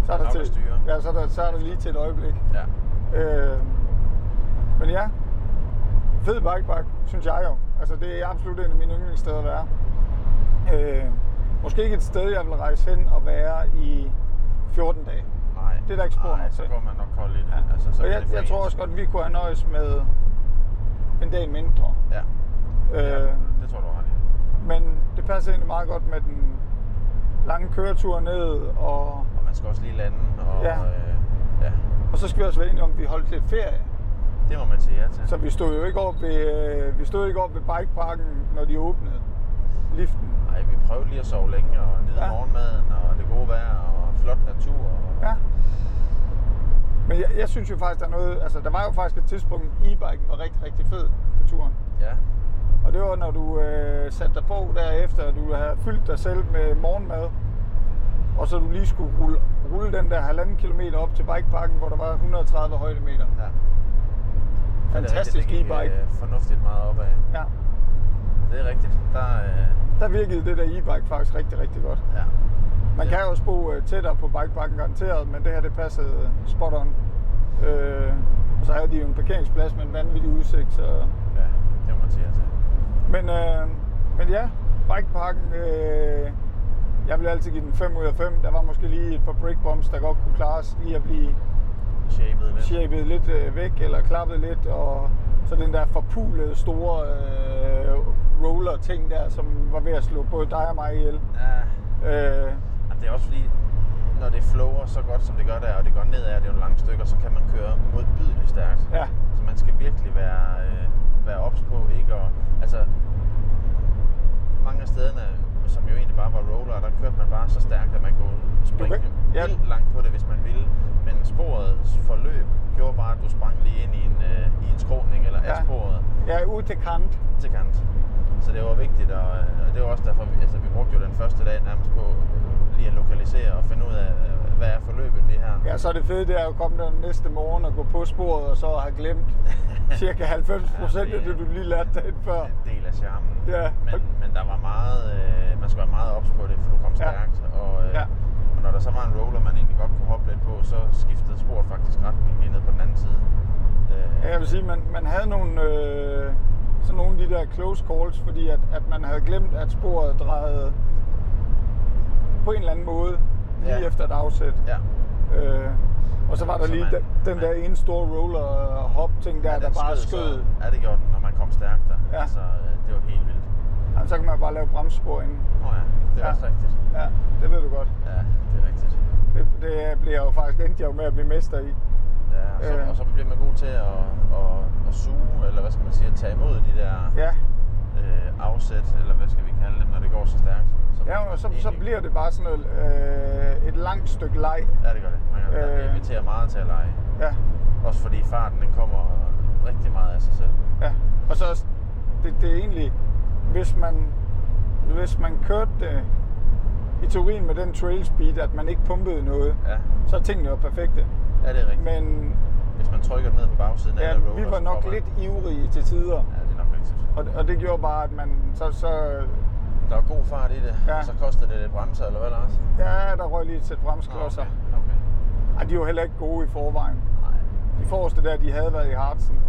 [SPEAKER 1] Så
[SPEAKER 2] Nok at
[SPEAKER 1] til,
[SPEAKER 2] styre.
[SPEAKER 1] ja, så er, der, så er der lige til et øjeblik.
[SPEAKER 2] ja.
[SPEAKER 1] Øh, men ja, fed bikepark, synes jeg jo. Altså, det er absolut en af mine yndlingssteder at være. Øh, måske ikke et sted, jeg vil rejse hen og være i 14 dage.
[SPEAKER 2] Nej,
[SPEAKER 1] Det er der ikke spor
[SPEAKER 2] Nej,
[SPEAKER 1] nok
[SPEAKER 2] så
[SPEAKER 1] til.
[SPEAKER 2] går man nok kold i det.
[SPEAKER 1] Ja. Altså,
[SPEAKER 2] så
[SPEAKER 1] og
[SPEAKER 2] er
[SPEAKER 1] jeg,
[SPEAKER 2] det for
[SPEAKER 1] jeg tror
[SPEAKER 2] ens.
[SPEAKER 1] også godt, vi kunne have nøjes med en dag mindre.
[SPEAKER 2] Ja,
[SPEAKER 1] Øh,
[SPEAKER 2] ja. det tror du har ret i.
[SPEAKER 1] men det passer egentlig meget godt med den lange køretur ned, og,
[SPEAKER 2] Og man skal også lige lande, og
[SPEAKER 1] Ja.
[SPEAKER 2] ja. Øh, ja.
[SPEAKER 1] og så skal vi også være enige om, at vi holdt lidt ferie.
[SPEAKER 2] det må man sige ja til.
[SPEAKER 1] Så vi stod jo ikke op ved, øh, vi stod ikke op ved bikeparken, når de åbnede liften.
[SPEAKER 2] Ej, vi prøvede lige at sove længe og nyde
[SPEAKER 1] Ja.
[SPEAKER 2] ja. morgenmaden og det gode vejr og flot natur. Og...
[SPEAKER 1] Ja. Men jeg, jeg synes jo faktisk, der er noget... Altså, der var jo faktisk et tidspunkt, e-biken var rigtig, rigtig fed på turen.
[SPEAKER 2] ja.
[SPEAKER 1] Og det var, når du øh, satte dig på derefter, og du havde fyldt dig selv med morgenmad, og så du lige skulle rulle, rulle den der halvanden kilometer op til bikeparken, hvor der var 130 højdemeter.
[SPEAKER 2] ja.
[SPEAKER 1] Fantastisk
[SPEAKER 2] ja, det er rigtigt, det gik,
[SPEAKER 1] e-bike.
[SPEAKER 2] øh, fornuftigt meget opad.
[SPEAKER 1] Ja.
[SPEAKER 2] Det er rigtigt. Der, øh,
[SPEAKER 1] Der virkede det der e-bike faktisk rigtig, rigtig godt.
[SPEAKER 2] ja.
[SPEAKER 1] Man
[SPEAKER 2] Ja.
[SPEAKER 1] kan jo også bo øh, tættere på bikeparken garanteret, men det her det passede øh, spot on. Øh, og så havde de jo en parkeringsplads med en vanvittig udsigt, så
[SPEAKER 2] ja, det må man sige altså. ja til.
[SPEAKER 1] Men, øh, men ja, bikeparken, øh, jeg vil altid give den 5 ud af 5. Der var måske lige et par brake bumps, der godt kunne klares lige at blive
[SPEAKER 2] Shapet lidt.
[SPEAKER 1] shapet lidt øh, væk eller klappet lidt. Og så den der forpulede store øh, roller-ting der, som var ved at slå både dig og mig ihjel.
[SPEAKER 2] Ja.
[SPEAKER 1] Øh,
[SPEAKER 2] Jamen, det er også fordi, når det flower så godt, som det gør der, og det går nedad, og det er jo lange stykker, så kan man køre modbydeligt stærkt.
[SPEAKER 1] ja,
[SPEAKER 2] Så man skal virkelig være, øh, være ops på, ikke? Og, altså, mange af stederne, som jo egentlig bare var roller, der kørte man bare så stærkt, at man kunne springe
[SPEAKER 1] Okay, ja.
[SPEAKER 2] okay. vildt langt på det, hvis man ville. Men sporets forløb gjorde bare, at du sprang lige ind i en, øh, i en skråning eller
[SPEAKER 1] Ja.
[SPEAKER 2] ja. af sporet
[SPEAKER 1] jeg er ude til kant.
[SPEAKER 2] til kant. Så det var vigtigt, og, øh, og det var også derfor, vi, altså, vi brugte jo den første dag nærmest på øh, lige at lokalisere og finde ud af, øh, hvad er forløbet lige her.
[SPEAKER 1] Ja, så er det fede, det er at komme der næste morgen og gå på sporet, og så have
[SPEAKER 2] <laughs>
[SPEAKER 1] glemt cirka 90 procent af det, du lige lærte dagen før.
[SPEAKER 2] en del af charmen.
[SPEAKER 1] Ja.
[SPEAKER 2] Men, men der var meget, øh, man skulle være meget ops på det, for du kom
[SPEAKER 1] Ja.
[SPEAKER 2] stærkt. Og, øh,
[SPEAKER 1] Ja.
[SPEAKER 2] og når der så var en roller, man egentlig godt kunne hoppe lidt på, så skiftede sporet faktisk retning lige ned på den anden side. Øh,
[SPEAKER 1] Ja, Jeg vil sige, man, man havde nogle øh, sådan nogle af de der close calls, fordi at, at man havde glemt, at sporet drejede på en eller anden måde lige
[SPEAKER 2] Ja.
[SPEAKER 1] ja. efter et afsæt.
[SPEAKER 2] Ja.
[SPEAKER 1] Øh, og så var der
[SPEAKER 2] Så
[SPEAKER 1] lige
[SPEAKER 2] man-
[SPEAKER 1] den, den der
[SPEAKER 2] man-
[SPEAKER 1] ene store roller hop ting der,
[SPEAKER 2] Men
[SPEAKER 1] der
[SPEAKER 2] den
[SPEAKER 1] bare
[SPEAKER 2] så-
[SPEAKER 1] skød.
[SPEAKER 2] Ja, det gjorde den, når man kom stærkt der.
[SPEAKER 1] Ja.
[SPEAKER 2] Altså, øh, det var helt vildt.
[SPEAKER 1] Jamen, så kan man bare lave bremsespor inden.
[SPEAKER 2] Nå ja, det er
[SPEAKER 1] Ja.
[SPEAKER 2] også rigtigt.
[SPEAKER 1] Ja, det ved du godt.
[SPEAKER 2] Ja, det er rigtigt.
[SPEAKER 1] Det, det bliver jeg jo faktisk endte jeg jo med at blive mester i.
[SPEAKER 2] Ja, og, så,
[SPEAKER 1] Øh.
[SPEAKER 2] og så bliver man god til at, at, at suge, eller hvad skal man sige, at tage imod de der
[SPEAKER 1] Ja,
[SPEAKER 2] øh, afsæt, eller hvad skal vi kalde dem, når det går så stærkt. Som
[SPEAKER 1] ja og så, så
[SPEAKER 2] egentlig-
[SPEAKER 1] bliver det bare sådan noget, øh, et langt stykke leg.
[SPEAKER 2] Ja, det gør det. Man kan, øh... det
[SPEAKER 1] Øh.
[SPEAKER 2] inviterer meget til at lege.
[SPEAKER 1] Ja,
[SPEAKER 2] Også fordi farten, den kommer rigtig meget af sig selv.
[SPEAKER 1] ja. Og så også- det, det er egentlig, hvis man, hvis man kørte det i teorien med den trail speed, at man ikke pumpede noget,
[SPEAKER 2] Ja,
[SPEAKER 1] så er tingene jo perfekte.
[SPEAKER 2] ja det er rigtigt. Men...
[SPEAKER 1] Men
[SPEAKER 2] Hvis man trykker den ned på bagsiden af
[SPEAKER 1] ja,
[SPEAKER 2] alle
[SPEAKER 1] vi
[SPEAKER 2] roller,
[SPEAKER 1] var
[SPEAKER 2] så
[SPEAKER 1] nok
[SPEAKER 2] får man...
[SPEAKER 1] lidt ivrige til tider.
[SPEAKER 2] Ja, det er nok rigtigt.
[SPEAKER 1] Og, og det gjorde bare, at man så, så
[SPEAKER 2] Der var god fart i det,
[SPEAKER 1] Ja.
[SPEAKER 2] og så kostede det lidt bremser, eller hvad Lars?
[SPEAKER 1] ja, der røg lige et sæt bremseklodser.
[SPEAKER 2] okay. okay.
[SPEAKER 1] Ej, de var heller ikke gode i forvejen.
[SPEAKER 2] Nej.
[SPEAKER 1] De forreste der, de havde været i Hartsen.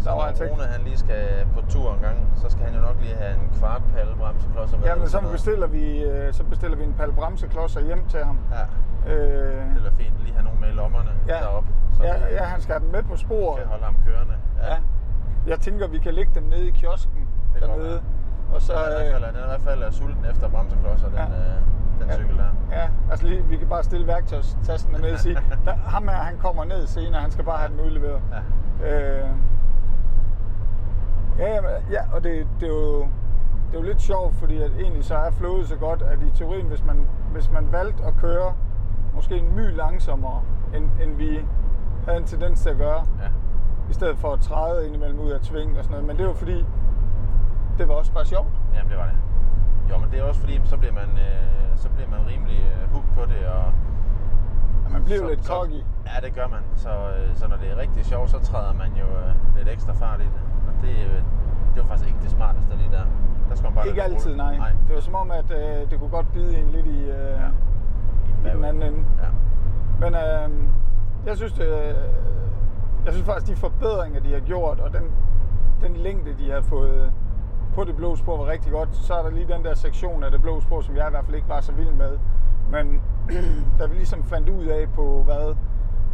[SPEAKER 2] Så
[SPEAKER 1] Der var altså
[SPEAKER 2] når
[SPEAKER 1] ikke-
[SPEAKER 2] Rune han lige skal på tur en gang, så skal han jo nok lige have en kvart palle bremseklodser med.
[SPEAKER 1] Ja, men
[SPEAKER 2] eller
[SPEAKER 1] så
[SPEAKER 2] sådan noget.
[SPEAKER 1] bestiller vi, øh, så bestiller vi en pal bremseklodser hjem til ham.
[SPEAKER 2] Ja,
[SPEAKER 1] Øh,
[SPEAKER 2] det er fint. Lige have nogen med i lommerne
[SPEAKER 1] Ja.
[SPEAKER 2] deroppe, så
[SPEAKER 1] ja,
[SPEAKER 2] vi
[SPEAKER 1] ja, han skal have dem med på sporet.
[SPEAKER 2] kan holde ham kørende.
[SPEAKER 1] Ja. Jeg tænker, vi kan lægge dem nede i kiosken
[SPEAKER 2] Det kan godt
[SPEAKER 1] dernede. Og
[SPEAKER 2] Og
[SPEAKER 1] så,
[SPEAKER 2] så, den, er i hvert
[SPEAKER 1] øh,
[SPEAKER 2] fald, den er i hvert fald øh, sulten efter bremseklodser, den,
[SPEAKER 1] Ja.
[SPEAKER 2] øh, den
[SPEAKER 1] Ja.
[SPEAKER 2] cykel der.
[SPEAKER 1] ja, altså lige, vi kan bare stille værktøjstasten dernede og sige, der, ham her, han kommer ned senere, han skal bare have den udleveret.
[SPEAKER 2] Ja.
[SPEAKER 1] Øh, ja, jamen, ja, og det, det, er jo, det er jo lidt sjovt, fordi at egentlig så er flowet så godt, at i teorien, hvis man, hvis man valgte at køre måske en my langsommere, end, end vi havde en tendens til at gøre,
[SPEAKER 2] ja.
[SPEAKER 1] i stedet for at træde indimellem ud af tving og sådan noget. Men det er jo fordi, det var også bare sjovt.
[SPEAKER 2] Jamen, det var det. Jo, men det er også fordi, så bliver man, øh, så bliver man rimelig øh, hooked på det, og
[SPEAKER 1] Ja, Man bliver
[SPEAKER 2] Så-
[SPEAKER 1] jo lidt
[SPEAKER 2] så-
[SPEAKER 1] cocky.
[SPEAKER 2] Ja, det gør man. Så, øh, så når det er rigtig sjovt, så træder man jo øh, lidt ekstra fart i det. Og det, øh, det var faktisk ikke det smarteste lige der. Der skal man bare lade
[SPEAKER 1] Ikke
[SPEAKER 2] det
[SPEAKER 1] altid,
[SPEAKER 2] rulle.
[SPEAKER 1] nej.
[SPEAKER 2] nej.
[SPEAKER 1] Det var som om, at øh, det kunne godt bide en lidt i, øh, ja. i den
[SPEAKER 2] maven.
[SPEAKER 1] anden ende.
[SPEAKER 2] Ja.
[SPEAKER 1] Men øh, jeg synes, det, øh, jeg synes faktisk, de forbedringer, de har gjort, og den, den længde, de har fået på det blå spor, var rigtig godt. Så er der lige den der sektion af det blå spor, som jeg i hvert fald ikke var så vild med. Men <clears throat> da vi ligesom fandt ud af på, hvad,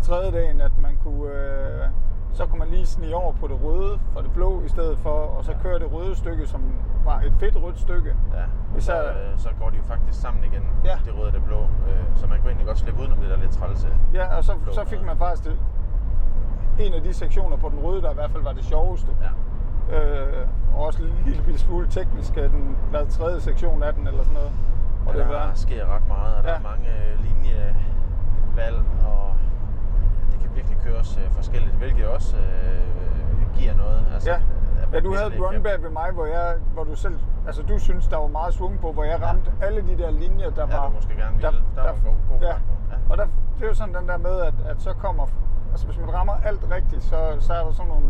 [SPEAKER 1] tredje dagen, at man kunne, øh, så kunne man lige snige over på det røde fra det blå i stedet for, og så
[SPEAKER 2] Ja.
[SPEAKER 1] køre det røde stykke, som var et fedt rødt stykke.
[SPEAKER 2] ja. Og
[SPEAKER 1] Især-
[SPEAKER 2] så, øh, så går de jo faktisk sammen igen,
[SPEAKER 1] Ja.
[SPEAKER 2] det røde og det blå. Øh, så man kunne egentlig godt slippe udenom det der lidt trælse.
[SPEAKER 1] Ja, og så,
[SPEAKER 2] Blå
[SPEAKER 1] så fik
[SPEAKER 2] mad.
[SPEAKER 1] man faktisk det, en af de sektioner på den røde, der i hvert fald var det sjoveste.
[SPEAKER 2] Ja.
[SPEAKER 1] Øh, og også en lille bitte smule teknisk af den, hvad tredje sektion af den, eller sådan noget.
[SPEAKER 2] Og
[SPEAKER 1] Og
[SPEAKER 2] ja,
[SPEAKER 1] det
[SPEAKER 2] der
[SPEAKER 1] var,
[SPEAKER 2] sker ret meget, og der
[SPEAKER 1] Ja.
[SPEAKER 2] er mange øh, linjevalg, og det kan virkelig køres øh, forskelligt, hvilket også øh, giver noget. Altså,
[SPEAKER 1] ja.
[SPEAKER 2] at man
[SPEAKER 1] ja, du
[SPEAKER 2] virkelig
[SPEAKER 1] havde et
[SPEAKER 2] kan-
[SPEAKER 1] run bag ved mig, hvor, jeg, hvor du selv, altså du synes der var meget svung på, hvor jeg ramte alle de der linjer, der
[SPEAKER 2] Ja,
[SPEAKER 1] var...
[SPEAKER 2] du måske gerne ville. Der var god- god
[SPEAKER 1] ja.
[SPEAKER 2] fart på. Ja.
[SPEAKER 1] Og der, det er jo sådan den der med, at, at så kommer, altså hvis man rammer alt rigtigt, så, så er der sådan nogle,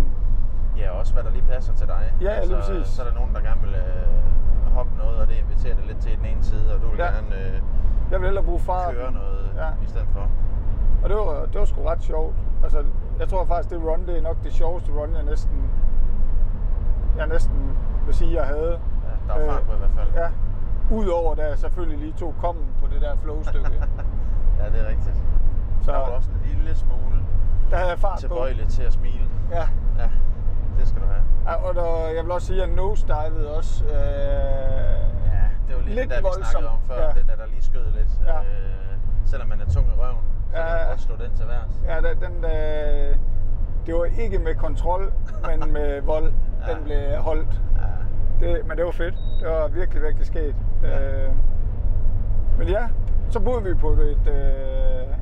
[SPEAKER 2] Ja, også hvad der lige passer til dig.
[SPEAKER 1] Ja, lige præcis.
[SPEAKER 2] Så er der nogen, der gerne vil øh, hoppe noget, og det inviterer dig lidt til den ene side, og du vil
[SPEAKER 1] Ja.
[SPEAKER 2] gerne øh,
[SPEAKER 1] jeg vil hellere bruge fart.
[SPEAKER 2] køre noget
[SPEAKER 1] Ja.
[SPEAKER 2] i stedet for.
[SPEAKER 1] Og det var, det var sgu ret sjovt. Altså, jeg tror faktisk, det run, det er nok det sjoveste run, jeg næsten, jeg næsten vil sige, jeg havde.
[SPEAKER 2] Ja, der er fart
[SPEAKER 1] Øh,
[SPEAKER 2] på i hvert fald.
[SPEAKER 1] Ja. Udover da jeg selvfølgelig lige tog kommen på det der
[SPEAKER 2] <laughs>
[SPEAKER 1] flowstykke.
[SPEAKER 2] ja det er rigtigt. Så
[SPEAKER 1] Så
[SPEAKER 2] der var du også en lille smule
[SPEAKER 1] der havde jeg fart på.
[SPEAKER 2] tilbøjelig til at smile.
[SPEAKER 1] Ja.
[SPEAKER 2] Ja, det skal du have.
[SPEAKER 1] Ja, Og der, jeg vil også sige, at jeg nosedivede også. Øh,
[SPEAKER 2] Ja, det var lige
[SPEAKER 1] Lidt
[SPEAKER 2] lidt det der, vi
[SPEAKER 1] voldsomt,
[SPEAKER 2] snakkede om før,
[SPEAKER 1] ja.
[SPEAKER 2] den der, der lige skød lidt.
[SPEAKER 1] Ja.
[SPEAKER 2] Øh, selvom man er tung i røven, så
[SPEAKER 1] Ja,
[SPEAKER 2] kan man
[SPEAKER 1] ja.
[SPEAKER 2] godt slå den til værs.
[SPEAKER 1] ja, da- den, øh, det var ikke med kontrol, men med vold.
[SPEAKER 2] <laughs> Ja.
[SPEAKER 1] Den blev holdt.
[SPEAKER 2] Ja.
[SPEAKER 1] Det, men det var fedt. Det var virkelig, virkelig sket.
[SPEAKER 2] Ja.
[SPEAKER 1] Ja. Øh, men ja, så boede vi på et... Øh,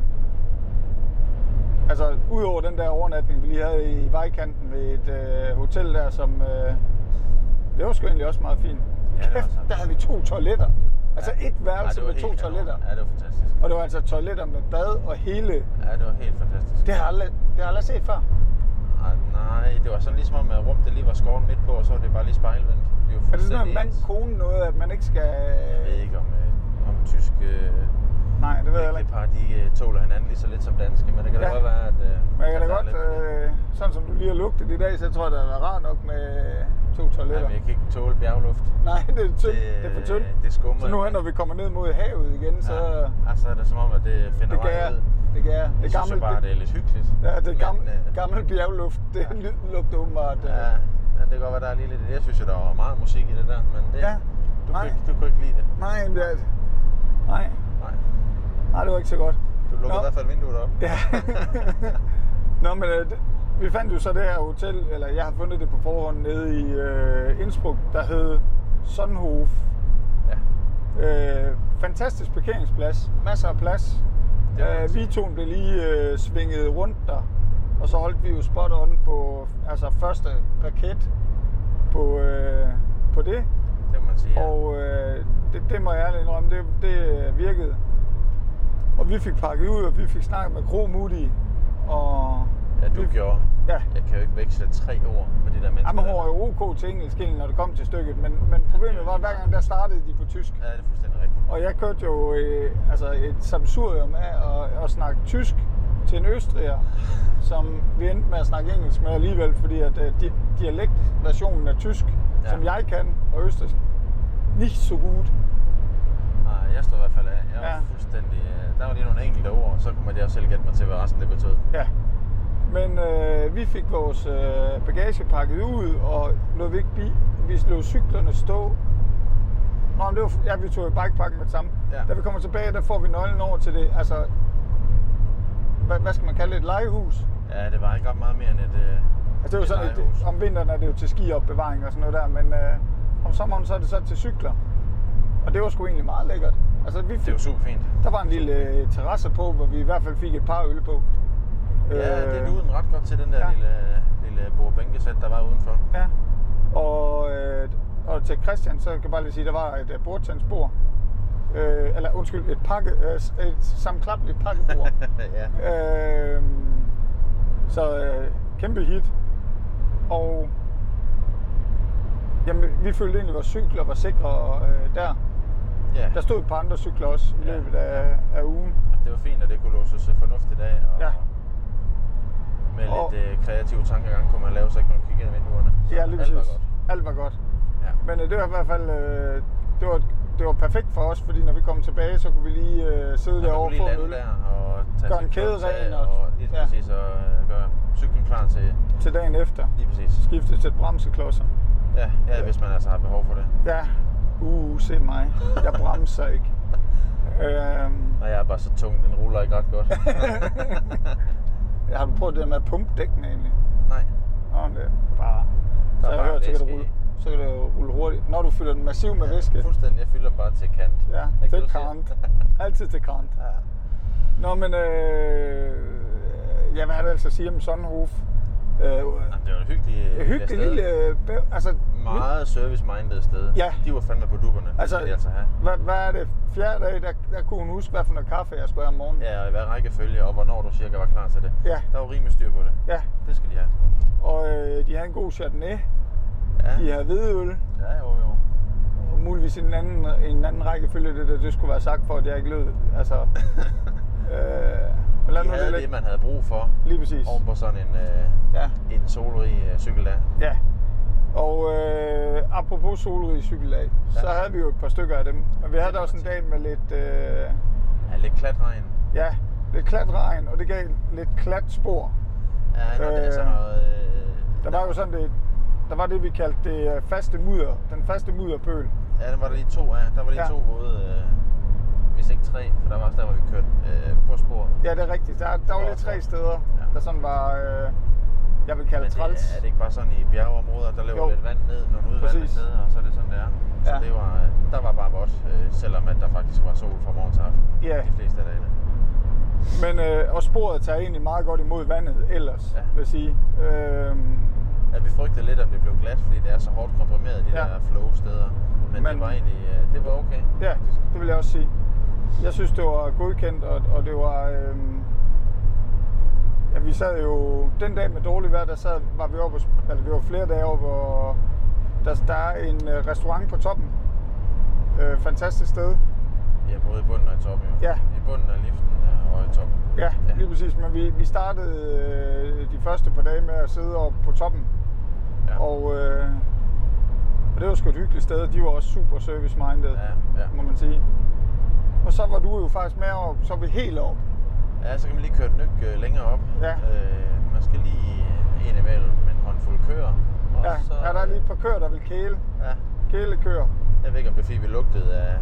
[SPEAKER 1] altså, udover den der overnatning, vi lige havde i vejkanten ved et øh, hotel der, som... Øh, det var sgu egentlig også meget fint.
[SPEAKER 2] Ja, det var
[SPEAKER 1] Kæft,
[SPEAKER 2] så-
[SPEAKER 1] der havde vi to toiletter. Altså
[SPEAKER 2] Ja.
[SPEAKER 1] et
[SPEAKER 2] Ej,
[SPEAKER 1] værelse
[SPEAKER 2] det var
[SPEAKER 1] med to
[SPEAKER 2] helt kanon.
[SPEAKER 1] toiletter.
[SPEAKER 2] Ja, det var fantastisk.
[SPEAKER 1] Og det var altså toiletter med bad og hele...
[SPEAKER 2] Ja, det var helt fantastisk.
[SPEAKER 1] Det har jeg aldrig, det har jeg aldrig set før.
[SPEAKER 2] Ej, nej, det var sådan ligesom om, at rum det lige var skåret midt på, og så var det bare lige spejlvendt. Det
[SPEAKER 1] Er
[SPEAKER 2] var
[SPEAKER 1] det sådan noget
[SPEAKER 2] fuldstændig ens.
[SPEAKER 1] mand-kone noget, at man ikke skal...
[SPEAKER 2] Jeg ved ikke, om, øh, om tyske
[SPEAKER 1] Nej, det ved jeg heller
[SPEAKER 2] øh,
[SPEAKER 1] ikke.
[SPEAKER 2] par, de øh, tåler hinanden lige så lidt som danske, men det kan da
[SPEAKER 1] Ja.
[SPEAKER 2] godt være, at... Øh,
[SPEAKER 1] Men jeg kan
[SPEAKER 2] at
[SPEAKER 1] da
[SPEAKER 2] der er
[SPEAKER 1] godt,
[SPEAKER 2] lidt-
[SPEAKER 1] øh, sådan som du lige at lugte det i dag, så tror jeg, det havde været rart nok med to toiletter.
[SPEAKER 2] Jamen, jeg kan ikke tåle bjergluft.
[SPEAKER 1] Nej, det er tyndt. Det, det er for tyndt.
[SPEAKER 2] Det skummer.
[SPEAKER 1] Så nu her, når vi kommer ned mod havet igen, så
[SPEAKER 2] Ja, altså er det som om, at det finder
[SPEAKER 1] det
[SPEAKER 2] vej
[SPEAKER 1] gager.
[SPEAKER 2] ud.
[SPEAKER 1] Det gager.
[SPEAKER 2] Jeg
[SPEAKER 1] Det
[SPEAKER 2] synes jo
[SPEAKER 1] gamle,
[SPEAKER 2] bare, det, er lidt hyggeligt.
[SPEAKER 1] ja, det er gammel,
[SPEAKER 2] Men, øh,
[SPEAKER 1] gammel bjergluft. Det
[SPEAKER 2] ja.
[SPEAKER 1] ja. lugter åbenbart. øh,
[SPEAKER 2] Ja, ja, det kan godt være, der er lige lidt... Jeg synes jo, der var meget musik i det der, men det,
[SPEAKER 1] Ja,
[SPEAKER 2] du,
[SPEAKER 1] nej.
[SPEAKER 2] kunne ikke, du kunne ikke lide det.
[SPEAKER 1] Nej, men det er, nej,
[SPEAKER 2] Nej.
[SPEAKER 1] nej, det var ikke så godt.
[SPEAKER 2] Du lukkede
[SPEAKER 1] Nå.
[SPEAKER 2] i hvert fald vinduet op. <laughs>
[SPEAKER 1] Ja. <laughs> Nå, men øh, det- vi fandt jo så det her hotel, eller jeg har fundet det på forhånd nede i øh, Innsbruck, der hed Sonnenhof.
[SPEAKER 2] ja.
[SPEAKER 1] Øh, fantastisk parkeringsplads, masser af plads.
[SPEAKER 2] Det var
[SPEAKER 1] Øh,
[SPEAKER 2] det.
[SPEAKER 1] Vitoen blev lige øh, svinget rundt der, og så holdt vi jo spot on på altså første parket på, øh, på det.
[SPEAKER 2] Det må man sige. Ja.
[SPEAKER 1] Og øh, det, det må jeg ærligt indrømme, det, det øh, virkede. Og vi fik pakket ud, og vi fik snakket med Kro Moody, og...
[SPEAKER 2] ja, du
[SPEAKER 1] vi,
[SPEAKER 2] gjorde.
[SPEAKER 1] Ja,
[SPEAKER 2] Jeg kan jo ikke veksle tre ord med de der mennesker.
[SPEAKER 1] Jamen, hun
[SPEAKER 2] der.
[SPEAKER 1] var jo ok til engelsk egentlig, når det kom til stykket, men, men problemet var, at hver gang der startede de på tysk.
[SPEAKER 2] Ja, det er fuldstændig rigtigt.
[SPEAKER 1] Og jeg kørte jo øh, altså et samsurium af at, at snakke tysk til en østriger, som vi endte med at snakke engelsk med alligevel, fordi at øh, di- dialektversionen af tysk,
[SPEAKER 2] Ja.
[SPEAKER 1] ja. som jeg kan, og østrigsk, nicht so gut.
[SPEAKER 2] Nej, jeg stod i hvert fald af. Jeg var
[SPEAKER 1] Ja.
[SPEAKER 2] ja. fuldstændig... øh, Der var lige nogle enkelte ord, og så kunne man det også selv gætte mig til, hvad resten det betød.
[SPEAKER 1] Ja. Men øh, vi fik vores øh, bagage pakket ud, og lod vi ikke bi- vi lod cyklerne stå. Nå, men det var, ja, vi tog jo bikepakken med det samme.
[SPEAKER 2] Ja.
[SPEAKER 1] Da vi kommer tilbage, der får vi nøglen over til det, altså, hvad, hvad skal man kalde det, et legehus?
[SPEAKER 2] Ja, det var ikke ret meget mere end et... Øh,
[SPEAKER 1] Altså, det er jo sådan,
[SPEAKER 2] legehus.
[SPEAKER 1] et, om vinteren er det jo til skiopbevaring og sådan noget der, men øh, om sommeren så er det så til cykler. Og det var sgu egentlig meget lækkert. Altså, vi
[SPEAKER 2] Det
[SPEAKER 1] fik,
[SPEAKER 2] var super fint.
[SPEAKER 1] der var en lille øh, terrasse på, hvor vi i hvert fald fik et par øl på.
[SPEAKER 2] Ja, det
[SPEAKER 1] Øh,
[SPEAKER 2] duede den ret godt til den der
[SPEAKER 1] ja.
[SPEAKER 2] ja. lille, lille bordbænkesæt, der var
[SPEAKER 1] <laughs>
[SPEAKER 2] udenfor.
[SPEAKER 1] Ja. Og, øh, og til Christian, så kan jeg bare lige sige, der var et øh, bordtendsbord. Øh, eller undskyld, et, pakke, øh, s- et sammenklappeligt pakkebord.
[SPEAKER 2] <laughs> ja.
[SPEAKER 1] øh, så øh, kæmpe hit. Og jamen, vi følte egentlig, at vores cykler var sikre og, øh, der.
[SPEAKER 2] ja.
[SPEAKER 1] Der stod et par andre cykler også i
[SPEAKER 2] Ja,
[SPEAKER 1] løbet af, af ugen.
[SPEAKER 2] Det var fint, og det kunne låses øh, fornuftigt af. Og
[SPEAKER 1] Ja.
[SPEAKER 2] Med
[SPEAKER 1] Og-
[SPEAKER 2] lidt øh, kreativ tankegang kunne man lave, så ikke man kiggede ind i vinduerne. Så
[SPEAKER 1] Ja, lige
[SPEAKER 2] alt var
[SPEAKER 1] præcis.
[SPEAKER 2] godt.
[SPEAKER 1] Alt var godt.
[SPEAKER 2] Ja.
[SPEAKER 1] Men øh, det var i hvert fald øh, det, var, det var perfekt for os, fordi når vi kom tilbage, så kunne vi lige øh, sidde
[SPEAKER 2] Man kunne
[SPEAKER 1] derovre
[SPEAKER 2] lige
[SPEAKER 1] og få
[SPEAKER 2] lande
[SPEAKER 1] en øl
[SPEAKER 2] der og tage
[SPEAKER 1] Gøre en
[SPEAKER 2] sit
[SPEAKER 1] kæde
[SPEAKER 2] klods af,
[SPEAKER 1] ren og-
[SPEAKER 2] og, lige
[SPEAKER 1] ja.
[SPEAKER 2] præcis og øh, gøre cyklen klar til
[SPEAKER 1] til dagen efter.
[SPEAKER 2] lige præcis.
[SPEAKER 1] Skiftet til et bremseklodser.
[SPEAKER 2] Ja, ja,
[SPEAKER 1] Ja.
[SPEAKER 2] hvis man altså har behov for det.
[SPEAKER 1] Ja, uh, se mig. Jeg bremser
[SPEAKER 2] <laughs>
[SPEAKER 1] ikke. øhm,
[SPEAKER 2] Og jeg er bare så tung, den ruller ikke ret
[SPEAKER 1] <laughs>
[SPEAKER 2] godt.
[SPEAKER 1] jeg har du prøvet det der med at pumpe dækkene egentlig?
[SPEAKER 2] Nej.
[SPEAKER 1] Nå, men det er bare... Så
[SPEAKER 2] Der er
[SPEAKER 1] jeg
[SPEAKER 2] bare
[SPEAKER 1] hørt, så kan, du
[SPEAKER 2] væske i.
[SPEAKER 1] rulle, så kan du rulle hurtigt. Når du fylder den massiv med væske.
[SPEAKER 2] Fuldstændig, jeg fylder bare til kant.
[SPEAKER 1] Ja,
[SPEAKER 2] Ikke
[SPEAKER 1] til
[SPEAKER 2] det, du siger?
[SPEAKER 1] kant.
[SPEAKER 2] <laughs>
[SPEAKER 1] Altid til kant.
[SPEAKER 2] Ja.
[SPEAKER 1] Nå, men øh, ja, hvad er det altså at sige om Sonnenhof? Øh,
[SPEAKER 2] Jamen, det var et hyggeligt, øh,
[SPEAKER 1] hyggelig
[SPEAKER 2] sted.
[SPEAKER 1] lille... øh, bæv- Altså,
[SPEAKER 2] Meget service-minded sted.
[SPEAKER 1] Ja.
[SPEAKER 2] De var fandme på dupperne.
[SPEAKER 1] Altså-
[SPEAKER 2] Altså, det skal de altså have.
[SPEAKER 1] Hvad, hvad er det? Fjerde dag, der, der kunne hun huske, hvad for noget kaffe jeg skulle have om morgenen.
[SPEAKER 2] Ja, og i hvad rækkefølge, og hvornår du cirka var klar til det.
[SPEAKER 1] Ja.
[SPEAKER 2] Der var rimelig styr på det.
[SPEAKER 1] ja.
[SPEAKER 2] Det skal de have.
[SPEAKER 1] Og øh, de havde en god chardonnay.
[SPEAKER 2] Ja,
[SPEAKER 1] De havde hvidøl.
[SPEAKER 2] ja jo, jo.
[SPEAKER 1] Og muligvis i en anden, en anden rækkefølge, det, der, det skulle være sagt for, at jeg ikke lød. Altså,
[SPEAKER 2] <laughs>
[SPEAKER 1] øh, men lad
[SPEAKER 2] De
[SPEAKER 1] nu det
[SPEAKER 2] havde det,
[SPEAKER 1] ligge.
[SPEAKER 2] man havde brug for
[SPEAKER 1] Lige præcis.
[SPEAKER 2] oven på sådan en, øh,
[SPEAKER 1] Ja.
[SPEAKER 2] en solrig øh, cykeldag.
[SPEAKER 1] ja. Og øh, apropos solrig cykeldag, ja. så
[SPEAKER 2] Ja.
[SPEAKER 1] havde vi jo et par stykker af dem. Og vi havde da også en dag med lidt, øh,
[SPEAKER 2] Ja, lidt klatregn.
[SPEAKER 1] ja, lidt klatregn, og det gav lidt klatspor.
[SPEAKER 2] Ja, når det er sådan
[SPEAKER 1] Øh,
[SPEAKER 2] noget... Øh,
[SPEAKER 1] Der var jo sådan det, der var det, vi kaldte det øh, faste mudder, den faste mudderpøl.
[SPEAKER 2] Ja, der var der lige to af. Der var lige
[SPEAKER 1] Ja.
[SPEAKER 2] ja. to våde... Øh, hvis ikke tre, for der var også der, hvor vi kørte øh, på sporet.
[SPEAKER 1] Ja, det er rigtigt. Der, der var
[SPEAKER 2] Nå,
[SPEAKER 1] lidt
[SPEAKER 2] så.
[SPEAKER 1] tre steder,
[SPEAKER 2] Ja.
[SPEAKER 1] der sådan var, øh, jeg vil kalde
[SPEAKER 2] Men det,
[SPEAKER 1] træls.
[SPEAKER 2] er det ikke bare sådan i bjergeområder, der løber
[SPEAKER 1] Jo.
[SPEAKER 2] jo. lidt vand ned, nogle udvandrede
[SPEAKER 1] Præcis.
[SPEAKER 2] steder, og så er det sådan, det er. Så
[SPEAKER 1] Ja.
[SPEAKER 2] ja. det var, øh, der var bare vådt, øh, selvom at der faktisk var sol fra morgen til aften
[SPEAKER 1] Ja.
[SPEAKER 2] de fleste af dagene.
[SPEAKER 1] Men øh, og sporet tager egentlig meget godt imod vandet ellers, ja.
[SPEAKER 2] Ja.
[SPEAKER 1] vil jeg sige. Øh,
[SPEAKER 2] Ja, vi frygtede lidt, om det blev glat, fordi det er så hårdt komprimeret, de
[SPEAKER 1] Ja.
[SPEAKER 2] ja. der flow-steder. Men,
[SPEAKER 1] Men-
[SPEAKER 2] Men det var egentlig, øh, det var okay.
[SPEAKER 1] ja, det vil jeg også sige. Jeg synes, det var godkendt, og, og det var... Øh, ja, vi sad jo... Den dag med dårlig vejr, der sad, var vi oppe... og- Eller vi var flere dage oppe, og der, der er en øh, restaurant på toppen. Øh, fantastisk sted.
[SPEAKER 2] Ja, både i bunden og i toppen jo.
[SPEAKER 1] Ja.
[SPEAKER 2] I bunden af liften øh, og i toppen.
[SPEAKER 1] Ja,
[SPEAKER 2] Ja.
[SPEAKER 1] lige præcis. Men vi, vi startede øh, de første par dage med at sidde oppe på toppen.
[SPEAKER 2] Ja.
[SPEAKER 1] Og, øh, og det var sgu et hyggeligt sted, og de var også super service-minded,
[SPEAKER 2] Ja, ja.
[SPEAKER 1] må man sige. Og så var du jo faktisk med op, så er vi helt op.
[SPEAKER 2] Ja, så kan man lige køre et nyk øh, længere op.
[SPEAKER 1] Ja.
[SPEAKER 2] Øh, man skal lige ind imellem en håndfuld køer. Og
[SPEAKER 1] Ja,
[SPEAKER 2] så,
[SPEAKER 1] så... ja, der er lige et par køer, der vil kæle.
[SPEAKER 2] Ja,
[SPEAKER 1] Kælekøer.
[SPEAKER 2] jeg ved ikke, om det er fordi, vi lugtede af,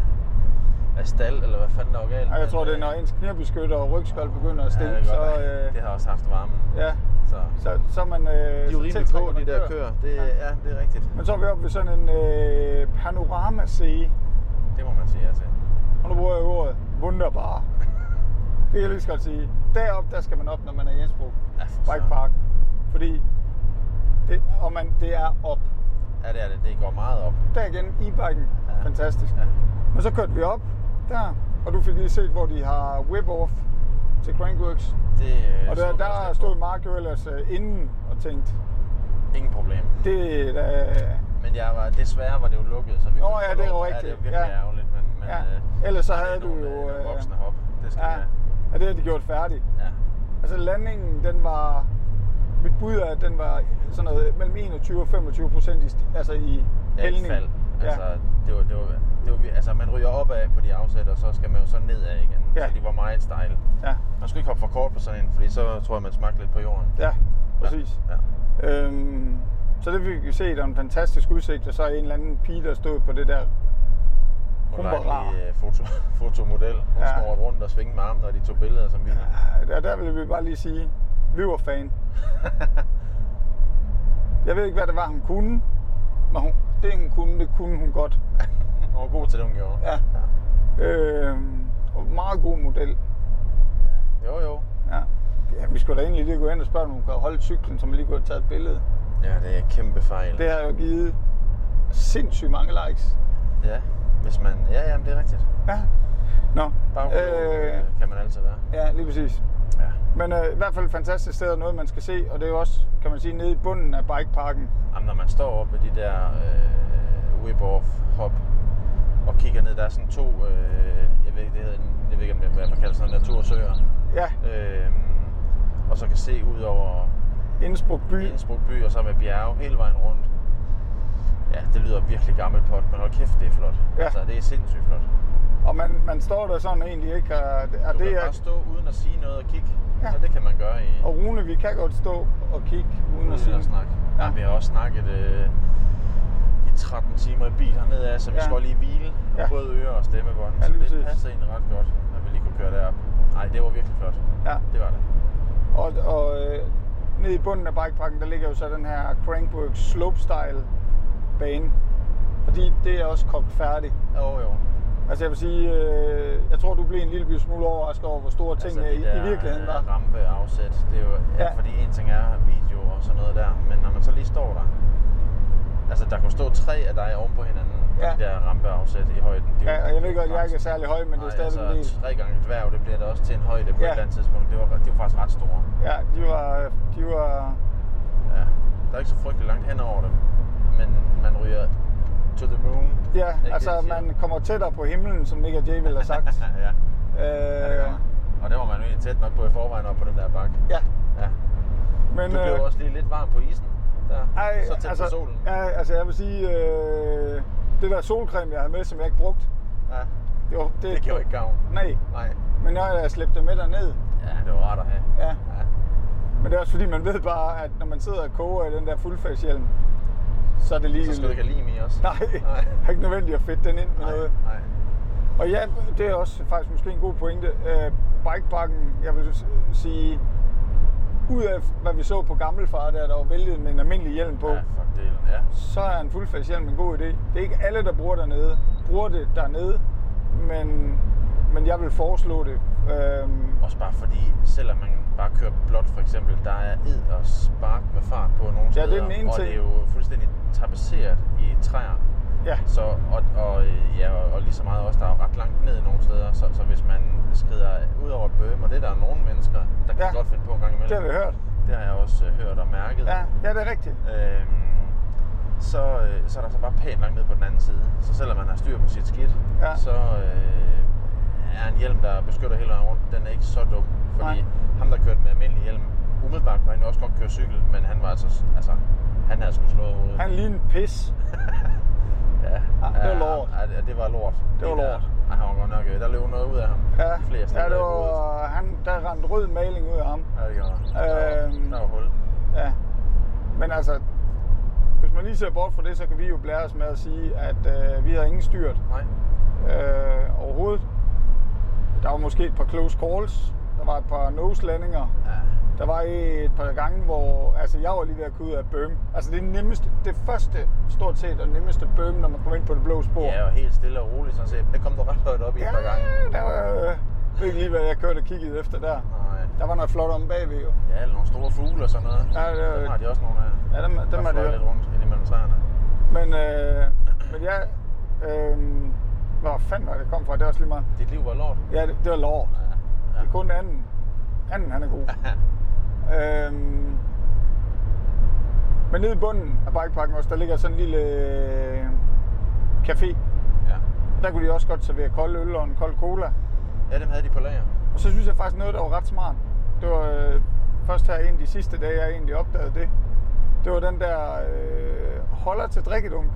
[SPEAKER 2] af stald, eller hvad fanden der var galt.
[SPEAKER 1] Og jeg
[SPEAKER 2] men,
[SPEAKER 1] tror, det er, når
[SPEAKER 2] øh,
[SPEAKER 1] ens knæbeskytter og rygskjold begynder at stinke,
[SPEAKER 2] ja, det,
[SPEAKER 1] så,
[SPEAKER 2] øh...
[SPEAKER 1] øh,
[SPEAKER 2] det har også haft varmen.
[SPEAKER 1] ja,
[SPEAKER 2] Så.
[SPEAKER 1] så, så er man... Øh, de
[SPEAKER 2] De er jo rimelig på, de der køer. Det, ja. ja, det er rigtigt.
[SPEAKER 1] Men så er vi oppe ved sådan en øh, panoramasee.
[SPEAKER 2] Det må man sige ja til.
[SPEAKER 1] Og nu bruger jeg ordet wunderbar. Det kan jeg lige så godt sige. Deroppe, der skal man op, når man er i Jensbro.
[SPEAKER 2] Ja, for
[SPEAKER 1] Bike
[SPEAKER 2] søren.
[SPEAKER 1] Park. Fordi det, og man, det er op.
[SPEAKER 2] Ja, det er det. Det går meget op.
[SPEAKER 1] Der igen, e-biken.
[SPEAKER 2] Ja.
[SPEAKER 1] Fantastisk.
[SPEAKER 2] Ja.
[SPEAKER 1] Men så kørte vi op der, og du fik lige set, hvor de har whip-off til Crankworks.
[SPEAKER 2] Det, øh,
[SPEAKER 1] Og der,
[SPEAKER 2] så-
[SPEAKER 1] der stod Mark jo ellers øh, inden og tænkte,
[SPEAKER 2] Ingen problem.
[SPEAKER 1] det er da...
[SPEAKER 2] Men jeg var, desværre var det jo lukket, så vi
[SPEAKER 1] Nå,
[SPEAKER 2] kunne ikke
[SPEAKER 1] ja,
[SPEAKER 2] få
[SPEAKER 1] det er
[SPEAKER 2] lov.
[SPEAKER 1] jo
[SPEAKER 2] Ja, det er
[SPEAKER 1] rigtigt.
[SPEAKER 2] virkelig
[SPEAKER 1] Ja.
[SPEAKER 2] ærgerligt, men... men
[SPEAKER 1] Ja.
[SPEAKER 2] øh,
[SPEAKER 1] Ellers så
[SPEAKER 2] der er
[SPEAKER 1] havde du
[SPEAKER 2] nogle,
[SPEAKER 1] jo,
[SPEAKER 2] øh, nogle
[SPEAKER 1] øh,
[SPEAKER 2] voksne hop. Det skal
[SPEAKER 1] Ja,
[SPEAKER 2] ja. være.
[SPEAKER 1] og det har de gjort færdigt.
[SPEAKER 2] Ja.
[SPEAKER 1] Altså landingen, den var... Mit bud er, at den var sådan noget mellem 21 og 25 procent i, sti- altså i
[SPEAKER 2] Ja, et
[SPEAKER 1] hældning.
[SPEAKER 2] fald.
[SPEAKER 1] Ja.
[SPEAKER 2] Altså, det var, det var, det var, vir- altså, man ryger opad på de afsæt, og så skal man jo så nedad igen.
[SPEAKER 1] Ja.
[SPEAKER 2] Så de var meget stejle.
[SPEAKER 1] ja,
[SPEAKER 2] Man skulle ikke hoppe for kort på sådan en, fordi så tror jeg, man smagte lidt på jorden.
[SPEAKER 1] ja, præcis.
[SPEAKER 2] Ja.
[SPEAKER 1] Ja. Øhm, så det fik vi set og en fantastisk udsigt, og så en eller anden pige, der stod på det der Hun var rar.
[SPEAKER 2] Hun øh, foto, <laughs> fotomodel. Hun
[SPEAKER 1] Ja.
[SPEAKER 2] ja. snor rundt og svingede med armen, og de tog billeder som mine. Ja.
[SPEAKER 1] Ja, der vil vi bare lige sige, vi var fan. Jeg ved ikke, hvad det var, hun kunne, men hun, det, hun kunne, det kunne hun godt.
[SPEAKER 2] <laughs> hun var god til det, hun gjorde.
[SPEAKER 1] Ja. Øhm, og meget god model.
[SPEAKER 2] Jo, jo.
[SPEAKER 1] Ja. ja vi skulle da egentlig lige gå hen og spørge, om hun kan holde cyklen, så man lige kunne have taget et billede.
[SPEAKER 2] Ja, det er en kæmpe fejl.
[SPEAKER 1] Det har jo givet sindssygt mange likes.
[SPEAKER 2] Ja, hvis man... Ja, jamen, det er rigtigt.
[SPEAKER 1] Ja. Nå.
[SPEAKER 2] Bagklog
[SPEAKER 1] Øh,
[SPEAKER 2] øh... kan man altid være.
[SPEAKER 1] ja, lige præcis.
[SPEAKER 2] Ja.
[SPEAKER 1] Men øh, i hvert fald et fantastisk sted og noget, man skal se. Og det er jo også, kan man sige, nede i bunden af bikeparken.
[SPEAKER 2] Jamen, når man står oppe ved de der øh, whip-off-hop og kigger ned, der er sådan to, øh, jeg ved ikke, det hedder, en- jeg ved ikke, om det er, hvad man kalder sådan natursøer.
[SPEAKER 1] Ja,
[SPEAKER 2] Øh, og så kan se ud over
[SPEAKER 1] Innsbruck by.
[SPEAKER 2] Innsbruck by, og så med bjerge hele vejen rundt. Ja, det lyder virkelig gammelt pot, men hold kæft, det er flot.
[SPEAKER 1] Ja.
[SPEAKER 2] Altså, det er sindssygt flot.
[SPEAKER 1] Og man, man står der sådan egentlig ikke. Og, og,
[SPEAKER 2] Du det
[SPEAKER 1] det
[SPEAKER 2] kan
[SPEAKER 1] er,
[SPEAKER 2] bare stå uden at sige noget og kigge,
[SPEAKER 1] Ja.
[SPEAKER 2] ja. så det kan man gøre i...
[SPEAKER 1] og Rune, vi kan godt stå og kigge uden
[SPEAKER 2] uden
[SPEAKER 1] at sige
[SPEAKER 2] at snakke.
[SPEAKER 1] Ja.
[SPEAKER 2] Ja. vi har også snakket øh, i 13 timer i bil hernede af, så vi
[SPEAKER 1] Ja.
[SPEAKER 2] ja. skal lige hvile,
[SPEAKER 1] Ja.
[SPEAKER 2] ja. både øre og stemmebånd,
[SPEAKER 1] Ja,
[SPEAKER 2] så
[SPEAKER 1] lige
[SPEAKER 2] det
[SPEAKER 1] præcis.
[SPEAKER 2] passer egentlig ret godt, at vi lige kunne køre derop. Nej, det var virkelig flot.
[SPEAKER 1] Ja.
[SPEAKER 2] Det var det.
[SPEAKER 1] Og, og øh, nede i bunden af bikeparken, der ligger jo så den her Crankworks Slopestyle bane. Og de, det er også kogt færdigt.
[SPEAKER 2] Jo, jo.
[SPEAKER 1] Altså jeg vil sige, øh, jeg tror du blev en lille smule overrasket over, hvor store tingene
[SPEAKER 2] det
[SPEAKER 1] altså, i,
[SPEAKER 2] der,
[SPEAKER 1] i virkeligheden
[SPEAKER 2] øh,
[SPEAKER 1] var.
[SPEAKER 2] rampe afsæt, det er jo, ja.
[SPEAKER 1] Ja.
[SPEAKER 2] fordi en ting er video og sådan noget der, men når man så lige står der, altså der kunne stå tre af dig oven på hinanden,
[SPEAKER 1] Ja.
[SPEAKER 2] ja. de der rampeafsæt i højden. Det er jo
[SPEAKER 1] Ja, og jeg ved godt, jeg ikke er
[SPEAKER 2] grænsen.
[SPEAKER 1] særlig høj, men det er
[SPEAKER 2] Nej,
[SPEAKER 1] stadig en
[SPEAKER 2] altså,
[SPEAKER 1] del.
[SPEAKER 2] tre gange dværg, det bliver det også til en højde på
[SPEAKER 1] Ja.
[SPEAKER 2] ja. et eller andet tidspunkt. Det var, det var faktisk ret store.
[SPEAKER 1] Ja, de var, de var,
[SPEAKER 2] Ja, der er ikke så frygtelig langt hen over dem, men man ryger to the moon.
[SPEAKER 1] ja,
[SPEAKER 2] Ikke
[SPEAKER 1] altså
[SPEAKER 2] det, de siger?
[SPEAKER 1] man kommer tættere på himlen, som Nick og Jay ville have sagt.
[SPEAKER 2] <laughs> ja, ja, det gør
[SPEAKER 1] øh,
[SPEAKER 2] man. Og det var man jo egentlig tæt nok på i forvejen op på den der bakke.
[SPEAKER 1] ja,
[SPEAKER 2] Ja.
[SPEAKER 1] men...
[SPEAKER 2] Du blev
[SPEAKER 1] øh,
[SPEAKER 2] også lige lidt varm på isen. Der.
[SPEAKER 1] Ej,
[SPEAKER 2] så tæt
[SPEAKER 1] altså,
[SPEAKER 2] på solen.
[SPEAKER 1] Ja, altså jeg vil sige, øh, det der solcreme, jeg havde med, som jeg ikke brugte,
[SPEAKER 2] Ja.
[SPEAKER 1] det, var, det,
[SPEAKER 2] Det gjorde ikke gavn.
[SPEAKER 1] Nej,
[SPEAKER 2] Nej.
[SPEAKER 1] men når jeg slæbte det med derned,
[SPEAKER 2] Ja, det var rart at have.
[SPEAKER 1] ja.
[SPEAKER 2] Ja.
[SPEAKER 1] Men det er også fordi, man ved bare, at når man sidder og koger i den der fuldfagshjelm, så er det lige...
[SPEAKER 2] Så skal du ikke have lim i også.
[SPEAKER 1] Nej, <laughs>
[SPEAKER 2] Nej.
[SPEAKER 1] det er ikke nødvendigt at fedte den ind med
[SPEAKER 2] Nej.
[SPEAKER 1] noget.
[SPEAKER 2] Nej.
[SPEAKER 1] Og ja, det er også faktisk måske en god pointe. Øh, bikeparken, jeg vil s- sige, ud af hvad vi så på gammelfar, der, der var væltet med en almindelig hjelm på,
[SPEAKER 2] Ja, for delen. Ja.
[SPEAKER 1] så er en fuldfagshjelm en god idé. Det er ikke alle, der bruger dernede, bruger det dernede, men, men jeg vil foreslå det. Øhm,
[SPEAKER 2] Også bare fordi, selvom man bare kører blot for eksempel, der er ed og spark med fart på nogle
[SPEAKER 1] Ja,
[SPEAKER 2] steder.
[SPEAKER 1] det er den ene
[SPEAKER 2] og
[SPEAKER 1] ting.
[SPEAKER 2] det er jo fuldstændig tapetseret i træer.
[SPEAKER 1] ja,
[SPEAKER 2] Så, og, og, øh, ja, og, og lige så meget også, der er jo ret langt ned nogle steder, så, så hvis man skrider ud over et bøm, og det er der er nogle mennesker, der kan
[SPEAKER 1] Ja.
[SPEAKER 2] godt finde på en gang imellem.
[SPEAKER 1] det har vi hørt.
[SPEAKER 2] Det har jeg også øh, hørt og mærket.
[SPEAKER 1] Ja, ja det er rigtigt.
[SPEAKER 2] Øhm, så, øh, så er der så bare pænt langt ned på den anden side. Så selvom man har styr på sit skidt,
[SPEAKER 1] Ja.
[SPEAKER 2] så øh, er en hjelm, der beskytter hele vejen rundt, den er ikke så dum. Fordi
[SPEAKER 1] Nej.
[SPEAKER 2] ham, der kørte med almindelig hjelm, umiddelbart kunne han jo også godt køre cykel, men han var altså, altså han havde sgu slået hovedet.
[SPEAKER 1] Han lige en pis.
[SPEAKER 2] <laughs> ja,
[SPEAKER 1] Ah, det var lort.
[SPEAKER 2] Ja, ja, det var lort.
[SPEAKER 1] Det var
[SPEAKER 2] der-
[SPEAKER 1] lort.
[SPEAKER 2] Ej, han var godt nok, øh, der løb noget ud af ham.
[SPEAKER 1] Ja,
[SPEAKER 2] Flere steder
[SPEAKER 1] ja det
[SPEAKER 2] i hovedet.
[SPEAKER 1] var, han, der rendte rød maling ud af ham.
[SPEAKER 2] Ja, det gjorde han.
[SPEAKER 1] Øhm.
[SPEAKER 2] Der var, der var hul.
[SPEAKER 1] Ja. Men altså, hvis man lige ser bort fra det, så kan vi jo blære os med at sige, at øh, vi har ingen styrt
[SPEAKER 2] Nej.
[SPEAKER 1] øh, overhovedet. Der var måske et par close calls. Der var et par nose landinger.
[SPEAKER 2] Ja.
[SPEAKER 1] Der var et par gange, hvor altså, jeg var lige ved at kunne ud af bøm. Altså det nemmeste, det første stort set og nemmeste bøm, når man kommer ind på det blå spor.
[SPEAKER 2] Ja, og helt stille og roligt sådan set. Det kom du ret højt op i et par gange.
[SPEAKER 1] Ja, der var, øh, jeg ved ikke lige, hvad jeg kørte og kiggede efter der.
[SPEAKER 2] Nej.
[SPEAKER 1] Der var noget flot om bagved jo.
[SPEAKER 2] Ja, eller nogle store fugle og sådan noget.
[SPEAKER 1] Ja, det er-
[SPEAKER 2] Dem har de også nogle af.
[SPEAKER 1] Ja, dem, dem
[SPEAKER 2] der
[SPEAKER 1] er det
[SPEAKER 2] fløj
[SPEAKER 1] jo.
[SPEAKER 2] lidt rundt ind imellem træerne.
[SPEAKER 1] Men, øh, men ja, øh, hvor fanden var det kom fra? Det er også lige meget.
[SPEAKER 2] Dit liv var lort.
[SPEAKER 1] Ja, det, det var lort.
[SPEAKER 2] Ja.
[SPEAKER 1] Det er kun anden. Anden, han er god. Øhm, men nede i bunden af bikeparken også, der ligger sådan en lille øh, café.
[SPEAKER 2] <laughs> ja.
[SPEAKER 1] Der kunne de også godt servere kold øl og en kold cola.
[SPEAKER 2] ja, dem havde de på lager.
[SPEAKER 1] Og så synes jeg faktisk noget, der var ret smart. Det var øh, først her en af de sidste dage, jeg egentlig opdagede det. Det var den der øh, holder til drikkedunk.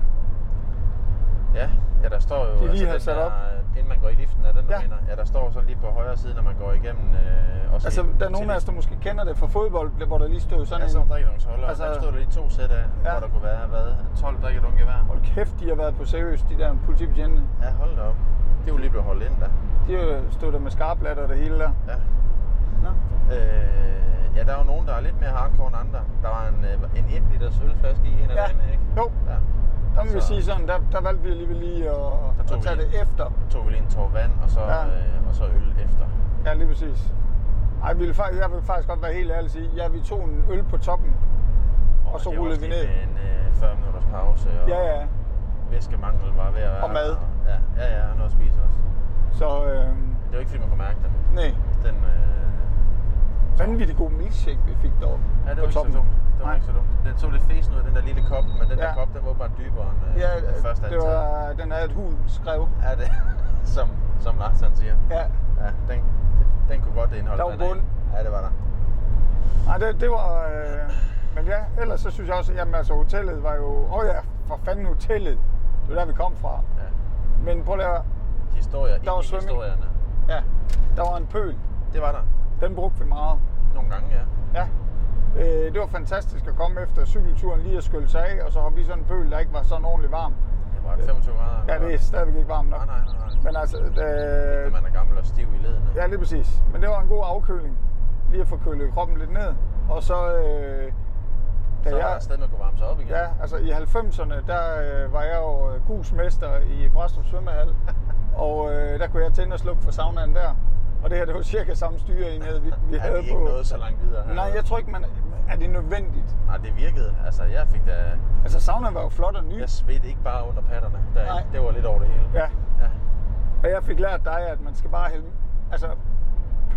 [SPEAKER 2] Ja, ja der står jo... altså,
[SPEAKER 1] De lige har
[SPEAKER 2] den
[SPEAKER 1] sat
[SPEAKER 2] der,
[SPEAKER 1] op.
[SPEAKER 2] Inden man går i liften, er den der
[SPEAKER 1] Ja.
[SPEAKER 2] mener. Ja, der står så lige på højre side, når man går igennem... Øh, også
[SPEAKER 1] Altså,
[SPEAKER 2] helt
[SPEAKER 1] der er nogen
[SPEAKER 2] til
[SPEAKER 1] af os, der måske kender det fra fodbold, hvor der lige stod sådan
[SPEAKER 2] Ja, så
[SPEAKER 1] en...
[SPEAKER 2] drikkedunksholder.
[SPEAKER 1] Altså-
[SPEAKER 2] Altså, der stod der lige to sæt af,
[SPEAKER 1] Ja.
[SPEAKER 2] ja. hvor der kunne være, hvad, 12 drikkedunke hver.
[SPEAKER 1] Hold kæft, de har været på seriøst, de der politibetjente.
[SPEAKER 2] Ja, hold da op. Det er jo lige blevet holdt ind, da.
[SPEAKER 1] De øh, stod der med skarplatter og det hele der.
[SPEAKER 2] Ja.
[SPEAKER 1] Nå.
[SPEAKER 2] Øh, ja, der er jo nogen, der er lidt mere hardcore end andre. Der var en, øh, en 1 liters ølflaske i en af
[SPEAKER 1] Ja.
[SPEAKER 2] dem, ikke?
[SPEAKER 1] Jo,
[SPEAKER 2] Ja.
[SPEAKER 1] der må vi
[SPEAKER 2] Så-
[SPEAKER 1] sige sådan, der, der valgte vi alligevel lige at,
[SPEAKER 2] tog
[SPEAKER 1] at
[SPEAKER 2] vi
[SPEAKER 1] tage
[SPEAKER 2] lige.
[SPEAKER 1] det efter.
[SPEAKER 2] Tog vi lige en tår vand, og så,
[SPEAKER 1] Ja.
[SPEAKER 2] ja. øh, og så øl efter.
[SPEAKER 1] Ja, lige præcis. Ej, vi ville, fa- jeg vil faktisk godt være helt ærlig og sige, ja, vi tog en øl på toppen. Og så
[SPEAKER 2] det var
[SPEAKER 1] rullede
[SPEAKER 2] også
[SPEAKER 1] vi
[SPEAKER 2] lige
[SPEAKER 1] ned.
[SPEAKER 2] med en øh, 40 minutters pause, og
[SPEAKER 1] Ja, ja.
[SPEAKER 2] væskemangel var ved at være
[SPEAKER 1] Og mad.
[SPEAKER 2] der, ja, ja, ja, og noget at spise også.
[SPEAKER 1] Så øh,
[SPEAKER 2] Det var ikke, fordi man kunne mærke den.
[SPEAKER 1] nej,
[SPEAKER 2] Den, øh,
[SPEAKER 1] vanvittig god milkshake, vi fik deroppe
[SPEAKER 2] ja, det var
[SPEAKER 1] på
[SPEAKER 2] ikke
[SPEAKER 1] toppen.
[SPEAKER 2] så dumt. Det var
[SPEAKER 1] Nej.
[SPEAKER 2] ikke så dumt. Den så lidt fesen ud af den der lille kop, men den
[SPEAKER 1] Ja.
[SPEAKER 2] der kop, den var bare dybere end øh,
[SPEAKER 1] Ja,
[SPEAKER 2] den første
[SPEAKER 1] det var, den havde et hul skrev.
[SPEAKER 2] Ja, det, <laughs> som, som Lars han siger.
[SPEAKER 1] Ja,
[SPEAKER 2] Ja, den, den kunne godt indeholde.
[SPEAKER 1] Der var
[SPEAKER 2] banan.
[SPEAKER 1] bund.
[SPEAKER 2] Ja, det var der.
[SPEAKER 1] Nej, det, det var... Øh, men ja, ellers så synes jeg også, jamen altså hotellet var jo... Åh oh ja, for fanden hotellet. Det var der, vi kom fra.
[SPEAKER 2] Ja.
[SPEAKER 1] Men prøv lige at høre.
[SPEAKER 2] Historier,
[SPEAKER 1] Der var
[SPEAKER 2] ind i
[SPEAKER 1] svømning.
[SPEAKER 2] historierne.
[SPEAKER 1] Ja, der var en pøl.
[SPEAKER 2] Det var der.
[SPEAKER 1] Den brugte vi meget.
[SPEAKER 2] Nogle gange, ja.
[SPEAKER 1] Ja. Øh, det var fantastisk at komme efter cykelturen lige at skylle sig af, og så hoppe i sådan en pøl, der ikke var sådan ordentligt varm.
[SPEAKER 2] Det var 25 grader.
[SPEAKER 1] Ja, det er stadigvæk ikke varmt nok.
[SPEAKER 2] Nej, nej, nej, nej.
[SPEAKER 1] Men altså...
[SPEAKER 2] Øh...
[SPEAKER 1] Øh,
[SPEAKER 2] Man er gammel og stiv i ledene.
[SPEAKER 1] Ja, lige præcis. Men det var en god afkøling. Lige at få kølet kroppen lidt ned. Og så... Øh, da
[SPEAKER 2] så er der
[SPEAKER 1] jeg,
[SPEAKER 2] et sted, man kunne varme sig op igen.
[SPEAKER 1] Ja, altså i 90'erne, der øh, var jeg jo øh, gusmester i Brastrup
[SPEAKER 2] <laughs>
[SPEAKER 1] Svømmehal, og øh, der kunne jeg tænde og slukke for saunaen der. Og det her, det var cirka samme styreenhed,
[SPEAKER 2] <laughs>
[SPEAKER 1] vi, vi
[SPEAKER 2] vi
[SPEAKER 1] havde
[SPEAKER 2] havde
[SPEAKER 1] på.
[SPEAKER 2] ikke nået så langt videre. her.
[SPEAKER 1] Nej, jeg tror ikke, man... Er det nødvendigt?
[SPEAKER 2] Nej, det virkede. Altså, jeg fik da...
[SPEAKER 1] Altså saunaen var jo flot og ny.
[SPEAKER 2] Jeg svedte ikke bare under patterne. Der,
[SPEAKER 1] Nej.
[SPEAKER 2] Det var lidt over det hele.
[SPEAKER 1] Ja,
[SPEAKER 2] ja.
[SPEAKER 1] og jeg fik lært dig, at man skal bare hælde... Altså,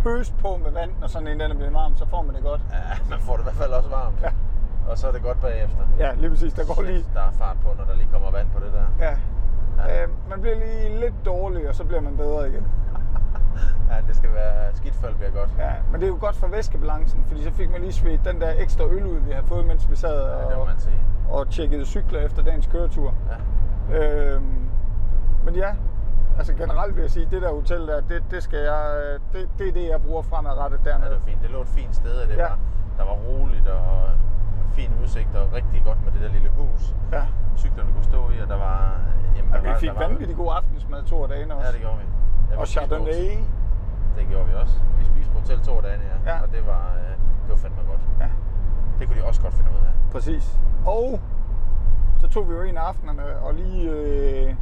[SPEAKER 1] pøs på med vand, når sådan en den er blevet varm, så får man det godt.
[SPEAKER 2] Ja, Ah, man får det i hvert fald også varmt.
[SPEAKER 1] Ja.
[SPEAKER 2] Og så er det godt bagefter.
[SPEAKER 1] Ja, lige præcis. Der går
[SPEAKER 2] Shit,
[SPEAKER 1] lige...
[SPEAKER 2] Der er fart på, når der lige kommer vand på det der.
[SPEAKER 1] Ja.
[SPEAKER 2] Ja.
[SPEAKER 1] Øh, man bliver lige lidt dårlig, og så bliver man bedre igen.
[SPEAKER 2] Ja, det skal være skidt, før det bliver godt.
[SPEAKER 1] Ja, men det er jo godt for væskebalancen, fordi så fik man lige svedt den der ekstra øl ud, vi havde fået, mens vi sad
[SPEAKER 2] Ja, det må
[SPEAKER 1] og,
[SPEAKER 2] man sige.
[SPEAKER 1] og tjekkede cykler efter dagens køretur.
[SPEAKER 2] Ja.
[SPEAKER 1] Øhm, men ja, altså generelt vil jeg sige, det der hotel der, det, det, skal jeg, øh, det, det er det, jeg bruger fremadrettet
[SPEAKER 2] ja, det
[SPEAKER 1] dernede.
[SPEAKER 2] var fint. Det lå et fint sted, og det
[SPEAKER 1] Ja.
[SPEAKER 2] ja. var, der var roligt og fin udsigt, og rigtig godt med det der lille hus.
[SPEAKER 1] Ja,
[SPEAKER 2] Cyklerne kunne stå i, og der var... Jamen,
[SPEAKER 1] og
[SPEAKER 2] der
[SPEAKER 1] vi
[SPEAKER 2] var,
[SPEAKER 1] fik
[SPEAKER 2] der var-
[SPEAKER 1] vanvittig god aftensmad to af dagene også.
[SPEAKER 2] Ja, det gjorde vi. Ja, vi
[SPEAKER 1] og
[SPEAKER 2] spiste på hotel.
[SPEAKER 1] Chardonnay.
[SPEAKER 2] Det gjorde vi også. Vi spiste på hotel to dage, ja.
[SPEAKER 1] Ja.
[SPEAKER 2] ja. Og det var, øh, det var fandme godt.
[SPEAKER 1] Ja,
[SPEAKER 2] Det kunne de også godt finde ud af.
[SPEAKER 1] præcis. Og så tog vi jo en af aftenerne og lige øh,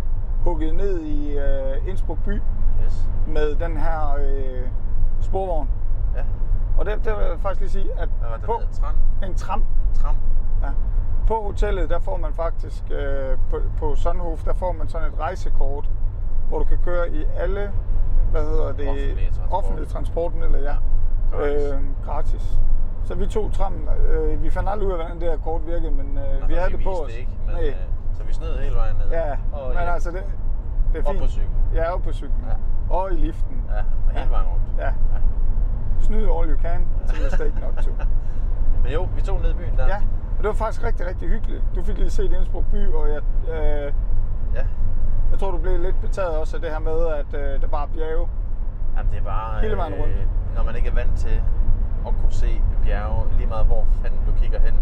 [SPEAKER 1] huggede ned i øh, Innsbruck by
[SPEAKER 2] Yes.
[SPEAKER 1] med den her øh, sporvogn.
[SPEAKER 2] Ja.
[SPEAKER 1] Og det, det vil jeg faktisk lige sige, at
[SPEAKER 2] Hvad var det,
[SPEAKER 1] på
[SPEAKER 2] der hed? Tran?
[SPEAKER 1] en tram,
[SPEAKER 2] Tram?
[SPEAKER 1] ja, på hotellet, der får man faktisk, øh, på, på Sundhof, der får man sådan et rejsekort, hvor du kan køre i alle, hvad hedder det,
[SPEAKER 2] Offentlige transport.
[SPEAKER 1] offentlige transporten, eller ja,
[SPEAKER 2] Gratis.
[SPEAKER 1] øh, gratis. Så vi tog trammen, øh, vi fandt aldrig ud af, hvordan det her kort virkede, men øh, vi
[SPEAKER 2] Nå,
[SPEAKER 1] havde
[SPEAKER 2] de
[SPEAKER 1] det på
[SPEAKER 2] Altså, viste
[SPEAKER 1] os.
[SPEAKER 2] Ikke, men,
[SPEAKER 1] Nej.
[SPEAKER 2] øh, så vi snød hele vejen ned.
[SPEAKER 1] Ja,
[SPEAKER 2] og,
[SPEAKER 1] men altså, det, det er fint.
[SPEAKER 2] Op på cyklen.
[SPEAKER 1] Ja, op på cyklen.
[SPEAKER 2] Ja.
[SPEAKER 1] Og i liften.
[SPEAKER 2] Ja, hele vejen rundt.
[SPEAKER 1] Ja. Snyd all you can til mistake not
[SPEAKER 2] <laughs>
[SPEAKER 1] to.
[SPEAKER 2] Men jo, vi tog ned i byen der.
[SPEAKER 1] Ja, og det var faktisk rigtig, rigtig hyggeligt. Du fik lige set Innsbruck by, og jeg, øh,
[SPEAKER 2] ja.
[SPEAKER 1] jeg tror, du blev lidt betaget også af det her med, at øh, der bare er bjerge.
[SPEAKER 2] Jamen, det er bare... øh,
[SPEAKER 1] Hele vejen rundt.
[SPEAKER 2] når man ikke er vant til at kunne se bjerge, lige meget hvor fanden du kigger hen,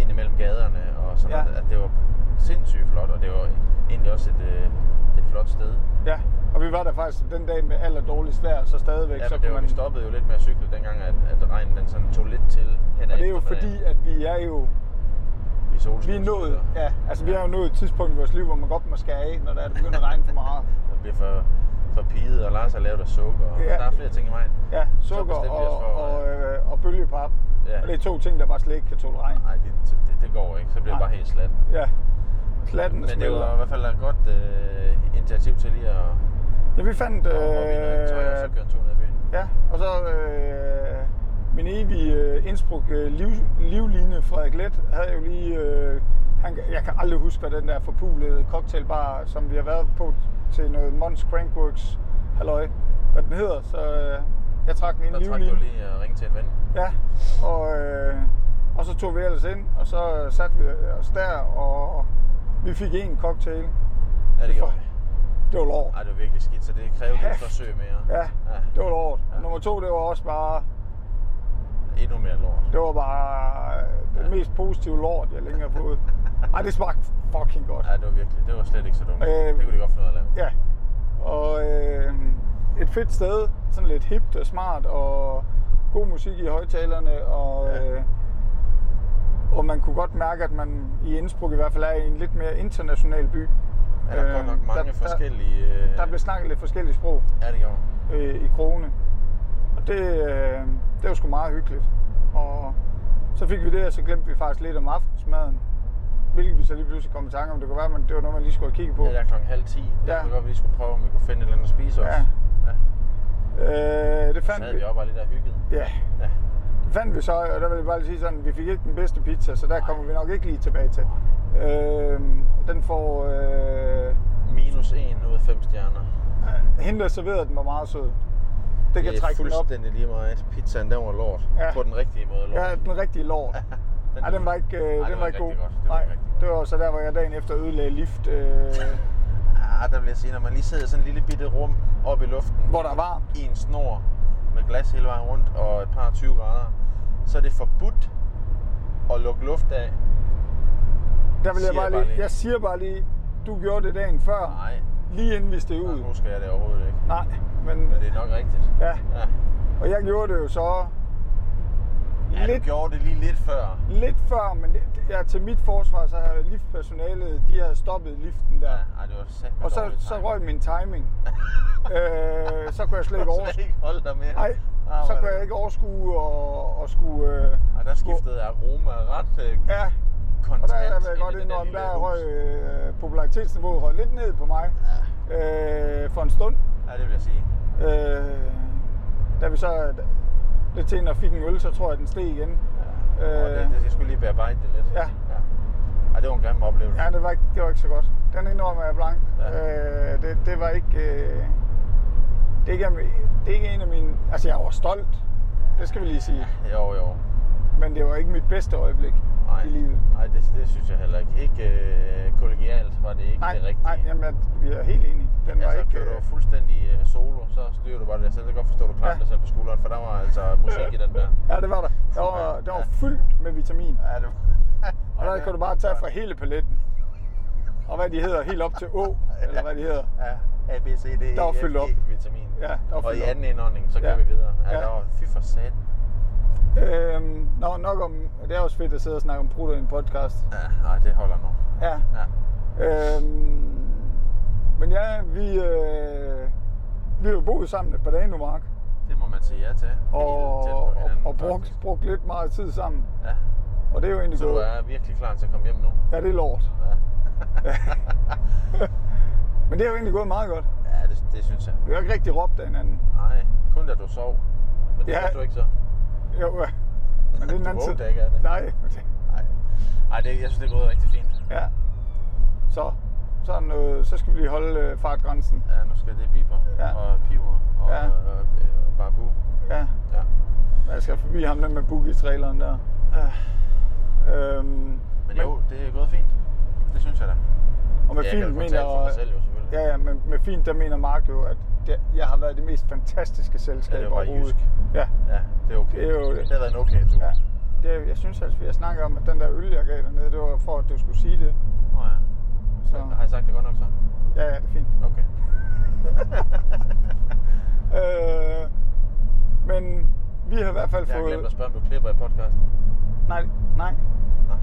[SPEAKER 2] ind imellem gaderne og sådan
[SPEAKER 1] Ja.
[SPEAKER 2] noget, at det var sindssygt flot, og det var egentlig også et, øh, et flot sted.
[SPEAKER 1] Ja, og vi var der faktisk den dag med aller dårligst vejr, så stadigvæk.
[SPEAKER 2] Ja,
[SPEAKER 1] så
[SPEAKER 2] men det
[SPEAKER 1] kunne
[SPEAKER 2] var, vi stoppede jo lidt med at cykle dengang, at, at regnen den sådan tog lidt til hen ad
[SPEAKER 1] Og det er jo
[SPEAKER 2] eftermiddagen.
[SPEAKER 1] fordi, at vi er jo
[SPEAKER 2] i solskin.
[SPEAKER 1] vi er nået, ja, altså vi er jo nået et tidspunkt i vores liv, hvor man godt må skære af, når der er det begynder at regne for meget.
[SPEAKER 2] Der bliver for, for piget, og Lars har lavet af sukker, og
[SPEAKER 1] Ja.
[SPEAKER 2] der er flere ting i vejen.
[SPEAKER 1] Ja, sukker
[SPEAKER 2] bestemte vi
[SPEAKER 1] og,
[SPEAKER 2] os for,
[SPEAKER 1] og, øh, og bølgepap.
[SPEAKER 2] Ja.
[SPEAKER 1] Og det er to ting, der bare slet ikke kan tåle regn.
[SPEAKER 2] Nej, det, det, det går ikke. Så bliver det
[SPEAKER 1] Nej.
[SPEAKER 2] bare helt slat.
[SPEAKER 1] Ja, klatten
[SPEAKER 2] Men det
[SPEAKER 1] smelter.
[SPEAKER 2] var i hvert fald et godt øh, initiativ til lige at
[SPEAKER 1] Ja, vi fandt...
[SPEAKER 2] øh, noget tøj, og så køre en tur ned i byen.
[SPEAKER 1] Ja, og så øh, min evige øh, Innsbruck øh, liv, livline Frederik Let havde jo lige... Øh, han, jeg kan aldrig huske, hvad den der forpulede cocktailbar, som vi har været på til noget Mons Crankworks halløj, hvad den hedder. Så øh, jeg trak min
[SPEAKER 2] Der trak
[SPEAKER 1] livline.
[SPEAKER 2] du lige at ringe til en ven.
[SPEAKER 1] Ja, og, øh, og så tog vi ellers ind, og så satte vi os der, og vi fik en cocktail.
[SPEAKER 2] Ja, det gjorde
[SPEAKER 1] For-
[SPEAKER 2] vi.
[SPEAKER 1] Det var lort.
[SPEAKER 2] Ej, det var virkelig skidt, så det krævede et
[SPEAKER 1] Kæft.
[SPEAKER 2] forsøg mere.
[SPEAKER 1] Ja, det var lort.
[SPEAKER 2] Ja.
[SPEAKER 1] Nummer to, det var også bare
[SPEAKER 2] Endnu mere lort.
[SPEAKER 1] Det var bare øh, det mest positive lort, jeg længe har fået. Ej, det smagte fucking godt.
[SPEAKER 2] Ja, det var virkelig. Det var slet ikke så dumt.
[SPEAKER 1] Øh,
[SPEAKER 2] det kunne de godt finde ud af at lave.
[SPEAKER 1] Ja. Og øh, et fedt sted, sådan lidt hipt og smart, og god musik i højtalerne, og,
[SPEAKER 2] Ja.
[SPEAKER 1] øh, og man kunne godt mærke, at man i Innsbruck i hvert fald er i en lidt mere international by.
[SPEAKER 2] Ja, der er godt nok mange
[SPEAKER 1] øh, der,
[SPEAKER 2] forskellige... Øh,
[SPEAKER 1] Der, der blev snakket lidt forskellige sprog
[SPEAKER 2] Ja, det gjorde vi.
[SPEAKER 1] øh, i krogene. Og det, øh, det var sgu meget hyggeligt. Og så fik vi det, og så glemte vi faktisk lidt om aftensmaden. Hvilket vi så lige pludselig kom i tanke om. Det kunne være, at det var noget, man lige skulle have kigget på.
[SPEAKER 2] Ja, der er klokken halv ti. Ja.
[SPEAKER 1] Ja.
[SPEAKER 2] Jeg kunne godt, vi lige skulle prøve, om vi kunne finde et eller andet at spise også.
[SPEAKER 1] Ja.
[SPEAKER 2] ja.
[SPEAKER 1] øh, det
[SPEAKER 2] Så
[SPEAKER 1] fandt
[SPEAKER 2] sad
[SPEAKER 1] vi.
[SPEAKER 2] vi op og lidt der hyggede.
[SPEAKER 1] Ja,
[SPEAKER 2] Ja.
[SPEAKER 1] det fandt vi så, og der vil jeg bare lige sige sådan, vi fik ikke den bedste pizza, så der
[SPEAKER 2] Nej.
[SPEAKER 1] kommer vi nok ikke lige tilbage til. Øh, den får... Øh,
[SPEAKER 2] Minus en ud af fem stjerner.
[SPEAKER 1] hende, der serverede den, var meget sød. Det kan
[SPEAKER 2] det er
[SPEAKER 1] trække den op.
[SPEAKER 2] fuldstændig lige meget. Pizzaen, den var lort.
[SPEAKER 1] Ja.
[SPEAKER 2] På den rigtige måde lort.
[SPEAKER 1] Ja, den rigtige lort.
[SPEAKER 2] den,
[SPEAKER 1] Nej, den var ikke, øh, den var ikke god.
[SPEAKER 2] rigtig Godt. Den
[SPEAKER 1] Nej,
[SPEAKER 2] var ikke rigtig
[SPEAKER 1] det var så der, hvor jeg dagen efter ødelagde lift,
[SPEAKER 2] <laughs>
[SPEAKER 1] øh,
[SPEAKER 2] godt. Ah, der vil jeg sige, når man lige sidder i sådan en lille bitte rum oppe i luften.
[SPEAKER 1] hvor der var.
[SPEAKER 2] I en snor med glas hele vejen rundt og et par 20 grader. Så er det forbudt at lukke luft af.
[SPEAKER 1] Der vil jeg
[SPEAKER 2] Siger
[SPEAKER 1] bare
[SPEAKER 2] jeg
[SPEAKER 1] lige,
[SPEAKER 2] bare lige.
[SPEAKER 1] jeg siger bare lige, du gjorde det dagen før,
[SPEAKER 2] Nej,
[SPEAKER 1] lige inden vi steg
[SPEAKER 2] nu
[SPEAKER 1] ud.
[SPEAKER 2] husker jeg det overhovedet ikke.
[SPEAKER 1] Nej, men
[SPEAKER 2] Men det er nok rigtigt.
[SPEAKER 1] ja,
[SPEAKER 2] Ja.
[SPEAKER 1] og jeg gjorde det jo så
[SPEAKER 2] Ja,
[SPEAKER 1] lidt,
[SPEAKER 2] du gjorde det lige lidt før.
[SPEAKER 1] lidt før, men det, ja, til mit forsvar, så havde liftpersonalet, de havde stoppet liften der.
[SPEAKER 2] Ja, ej, det var sæt
[SPEAKER 1] Og så, så røg min timing.
[SPEAKER 2] <laughs>
[SPEAKER 1] øh, så kunne jeg slet ikke
[SPEAKER 2] over.
[SPEAKER 1] overskue.
[SPEAKER 2] ikke holde dig mere.
[SPEAKER 1] Nej, så
[SPEAKER 2] Ah, hvor er
[SPEAKER 1] kunne
[SPEAKER 2] det-
[SPEAKER 1] jeg ikke overskue og, og skulle... Øh,
[SPEAKER 2] Ej, der skiftede aroma ret øh,
[SPEAKER 1] ja,
[SPEAKER 2] kontant.
[SPEAKER 1] Og der vil jeg
[SPEAKER 2] ind i
[SPEAKER 1] godt
[SPEAKER 2] det
[SPEAKER 1] indrømme,
[SPEAKER 2] lille
[SPEAKER 1] der
[SPEAKER 2] hus.
[SPEAKER 1] røg øh, popularitetsniveauet røg lidt ned på mig øh, for en stund.
[SPEAKER 2] Ja, det vil jeg sige.
[SPEAKER 1] Øh, da vi så øh, lidt til, når fik en øl, så tror jeg, den steg igen.
[SPEAKER 2] Ja. Og
[SPEAKER 1] Øh.
[SPEAKER 2] det, det, jeg skulle lige bearbejde det lidt.
[SPEAKER 1] Ja.
[SPEAKER 2] ja. Ej, det var en grim oplevelse.
[SPEAKER 1] Ja, det var ikke, det var ikke så godt. Den indrømmer jeg blank.
[SPEAKER 2] Ja.
[SPEAKER 1] Øh, det, det var ikke... Øh, det, er ikke det er ikke en af mine... Altså, jeg var stolt. Det skal vi lige sige.
[SPEAKER 2] Jo, jo.
[SPEAKER 1] Men det var ikke mit bedste øjeblik
[SPEAKER 2] Nej,
[SPEAKER 1] i livet.
[SPEAKER 2] nej det, det synes jeg heller ikke. Ikke øh, kollegialt var det ikke
[SPEAKER 1] Nej,
[SPEAKER 2] det rigtige.
[SPEAKER 1] nej, jamen, jeg, vi er helt enige. Den var
[SPEAKER 2] altså,
[SPEAKER 1] ikke...
[SPEAKER 2] kører
[SPEAKER 1] øh,
[SPEAKER 2] du fuldstændig øh, solo, så styrer du bare det der selv. Jeg kan godt forstå, at du klarer
[SPEAKER 1] Ja.
[SPEAKER 2] dig selv på skulderen, for der var altså musik i den der.
[SPEAKER 1] Ja, det var der. Der var, der var fyldt med vitamin.
[SPEAKER 2] Ja, <laughs> det var...
[SPEAKER 1] Og der kan du bare tage fra hele paletten. Og hvad de hedder, helt op til Å, eller hvad de hedder.
[SPEAKER 2] Ja, A, B, C, D,
[SPEAKER 1] Der var
[SPEAKER 2] E, F,
[SPEAKER 1] fyldt op.
[SPEAKER 2] G, vitamin.
[SPEAKER 1] Ja, der var
[SPEAKER 2] og i
[SPEAKER 1] fyldt op.
[SPEAKER 2] anden indånding, så
[SPEAKER 1] Ja.
[SPEAKER 2] kører vi videre. Ja,
[SPEAKER 1] Ja.
[SPEAKER 2] der var fy for sat.
[SPEAKER 1] Øhm, nå, nok om, det er også fedt at sidde og snakke om prutter i en podcast.
[SPEAKER 2] Ja, nej, det holder nu.
[SPEAKER 1] Ja.
[SPEAKER 2] Ja.
[SPEAKER 1] Øhm, men ja, vi, øh, vi har jo boet sammen et par dage nu, Mark.
[SPEAKER 2] Det må man sige ja til. Helt
[SPEAKER 1] Og,
[SPEAKER 2] tæt på
[SPEAKER 1] og,
[SPEAKER 2] hinanden,
[SPEAKER 1] og brugt,
[SPEAKER 2] faktisk.
[SPEAKER 1] brugt lidt meget tid sammen.
[SPEAKER 2] Ja.
[SPEAKER 1] Og det er jo egentlig
[SPEAKER 2] Så du
[SPEAKER 1] gået.
[SPEAKER 2] er virkelig klar til at komme hjem nu?
[SPEAKER 1] Ja, det er lort.
[SPEAKER 2] Ja,
[SPEAKER 1] Men det er jo egentlig gået meget godt.
[SPEAKER 2] <laughs> ja det, det synes jeg.
[SPEAKER 1] Vi har ikke rigtig råbt af hinanden.
[SPEAKER 2] Nej, kun da du sov. Men det
[SPEAKER 1] Ja.
[SPEAKER 2] ja. du ikke så.
[SPEAKER 1] Jo, ja. Men det er en
[SPEAKER 2] Du
[SPEAKER 1] anden tid.
[SPEAKER 2] vågnede ikke af det.
[SPEAKER 1] Nej, men det,
[SPEAKER 2] Nej, Ej, det, jeg synes, det er gået rigtig fint.
[SPEAKER 1] Ja. Så, sådan noget, så skal vi lige holde øh, fartgrænsen.
[SPEAKER 2] Ja, nu skal det biber
[SPEAKER 1] Ja.
[SPEAKER 2] ja. og piver og,
[SPEAKER 1] Ja.
[SPEAKER 2] ja. og, og, og barbu.
[SPEAKER 1] Ja,
[SPEAKER 2] Ja.
[SPEAKER 1] jeg skal forbi ham der med boogie-traileren der.
[SPEAKER 2] Øh,
[SPEAKER 1] Øhm,
[SPEAKER 2] Men jo, det er gået fint. Det synes jeg da.
[SPEAKER 1] og med
[SPEAKER 2] ja,
[SPEAKER 1] fint
[SPEAKER 2] jeg kan kun tale for
[SPEAKER 1] mener,
[SPEAKER 2] mig selv jo selvfølgelig.
[SPEAKER 1] ja, ja, men med fint der mener Mark jo, at det, jeg har været i det mest fantastiske selskab
[SPEAKER 2] Ja, det var bare
[SPEAKER 1] overhovedet.
[SPEAKER 2] jysk.
[SPEAKER 1] Ja,
[SPEAKER 2] ja det er okay.
[SPEAKER 1] Det er jo det.
[SPEAKER 2] det har været en okay tur.
[SPEAKER 1] ja. Det, jeg synes altså, vi har snakket om, at den der øl, jeg gav dernede, det var for, at du skulle sige det.
[SPEAKER 2] Nå ja. Så.
[SPEAKER 1] Så-
[SPEAKER 2] Har jeg sagt det godt nok så?
[SPEAKER 1] Ja, ja, det er fint.
[SPEAKER 2] <laughs> Okay.
[SPEAKER 1] Øh, men vi har i hvert fald
[SPEAKER 2] Jeg har
[SPEAKER 1] fået...
[SPEAKER 2] glemt at spørge, om du klipper i podcasten.
[SPEAKER 1] Nej, nej.
[SPEAKER 2] Nå.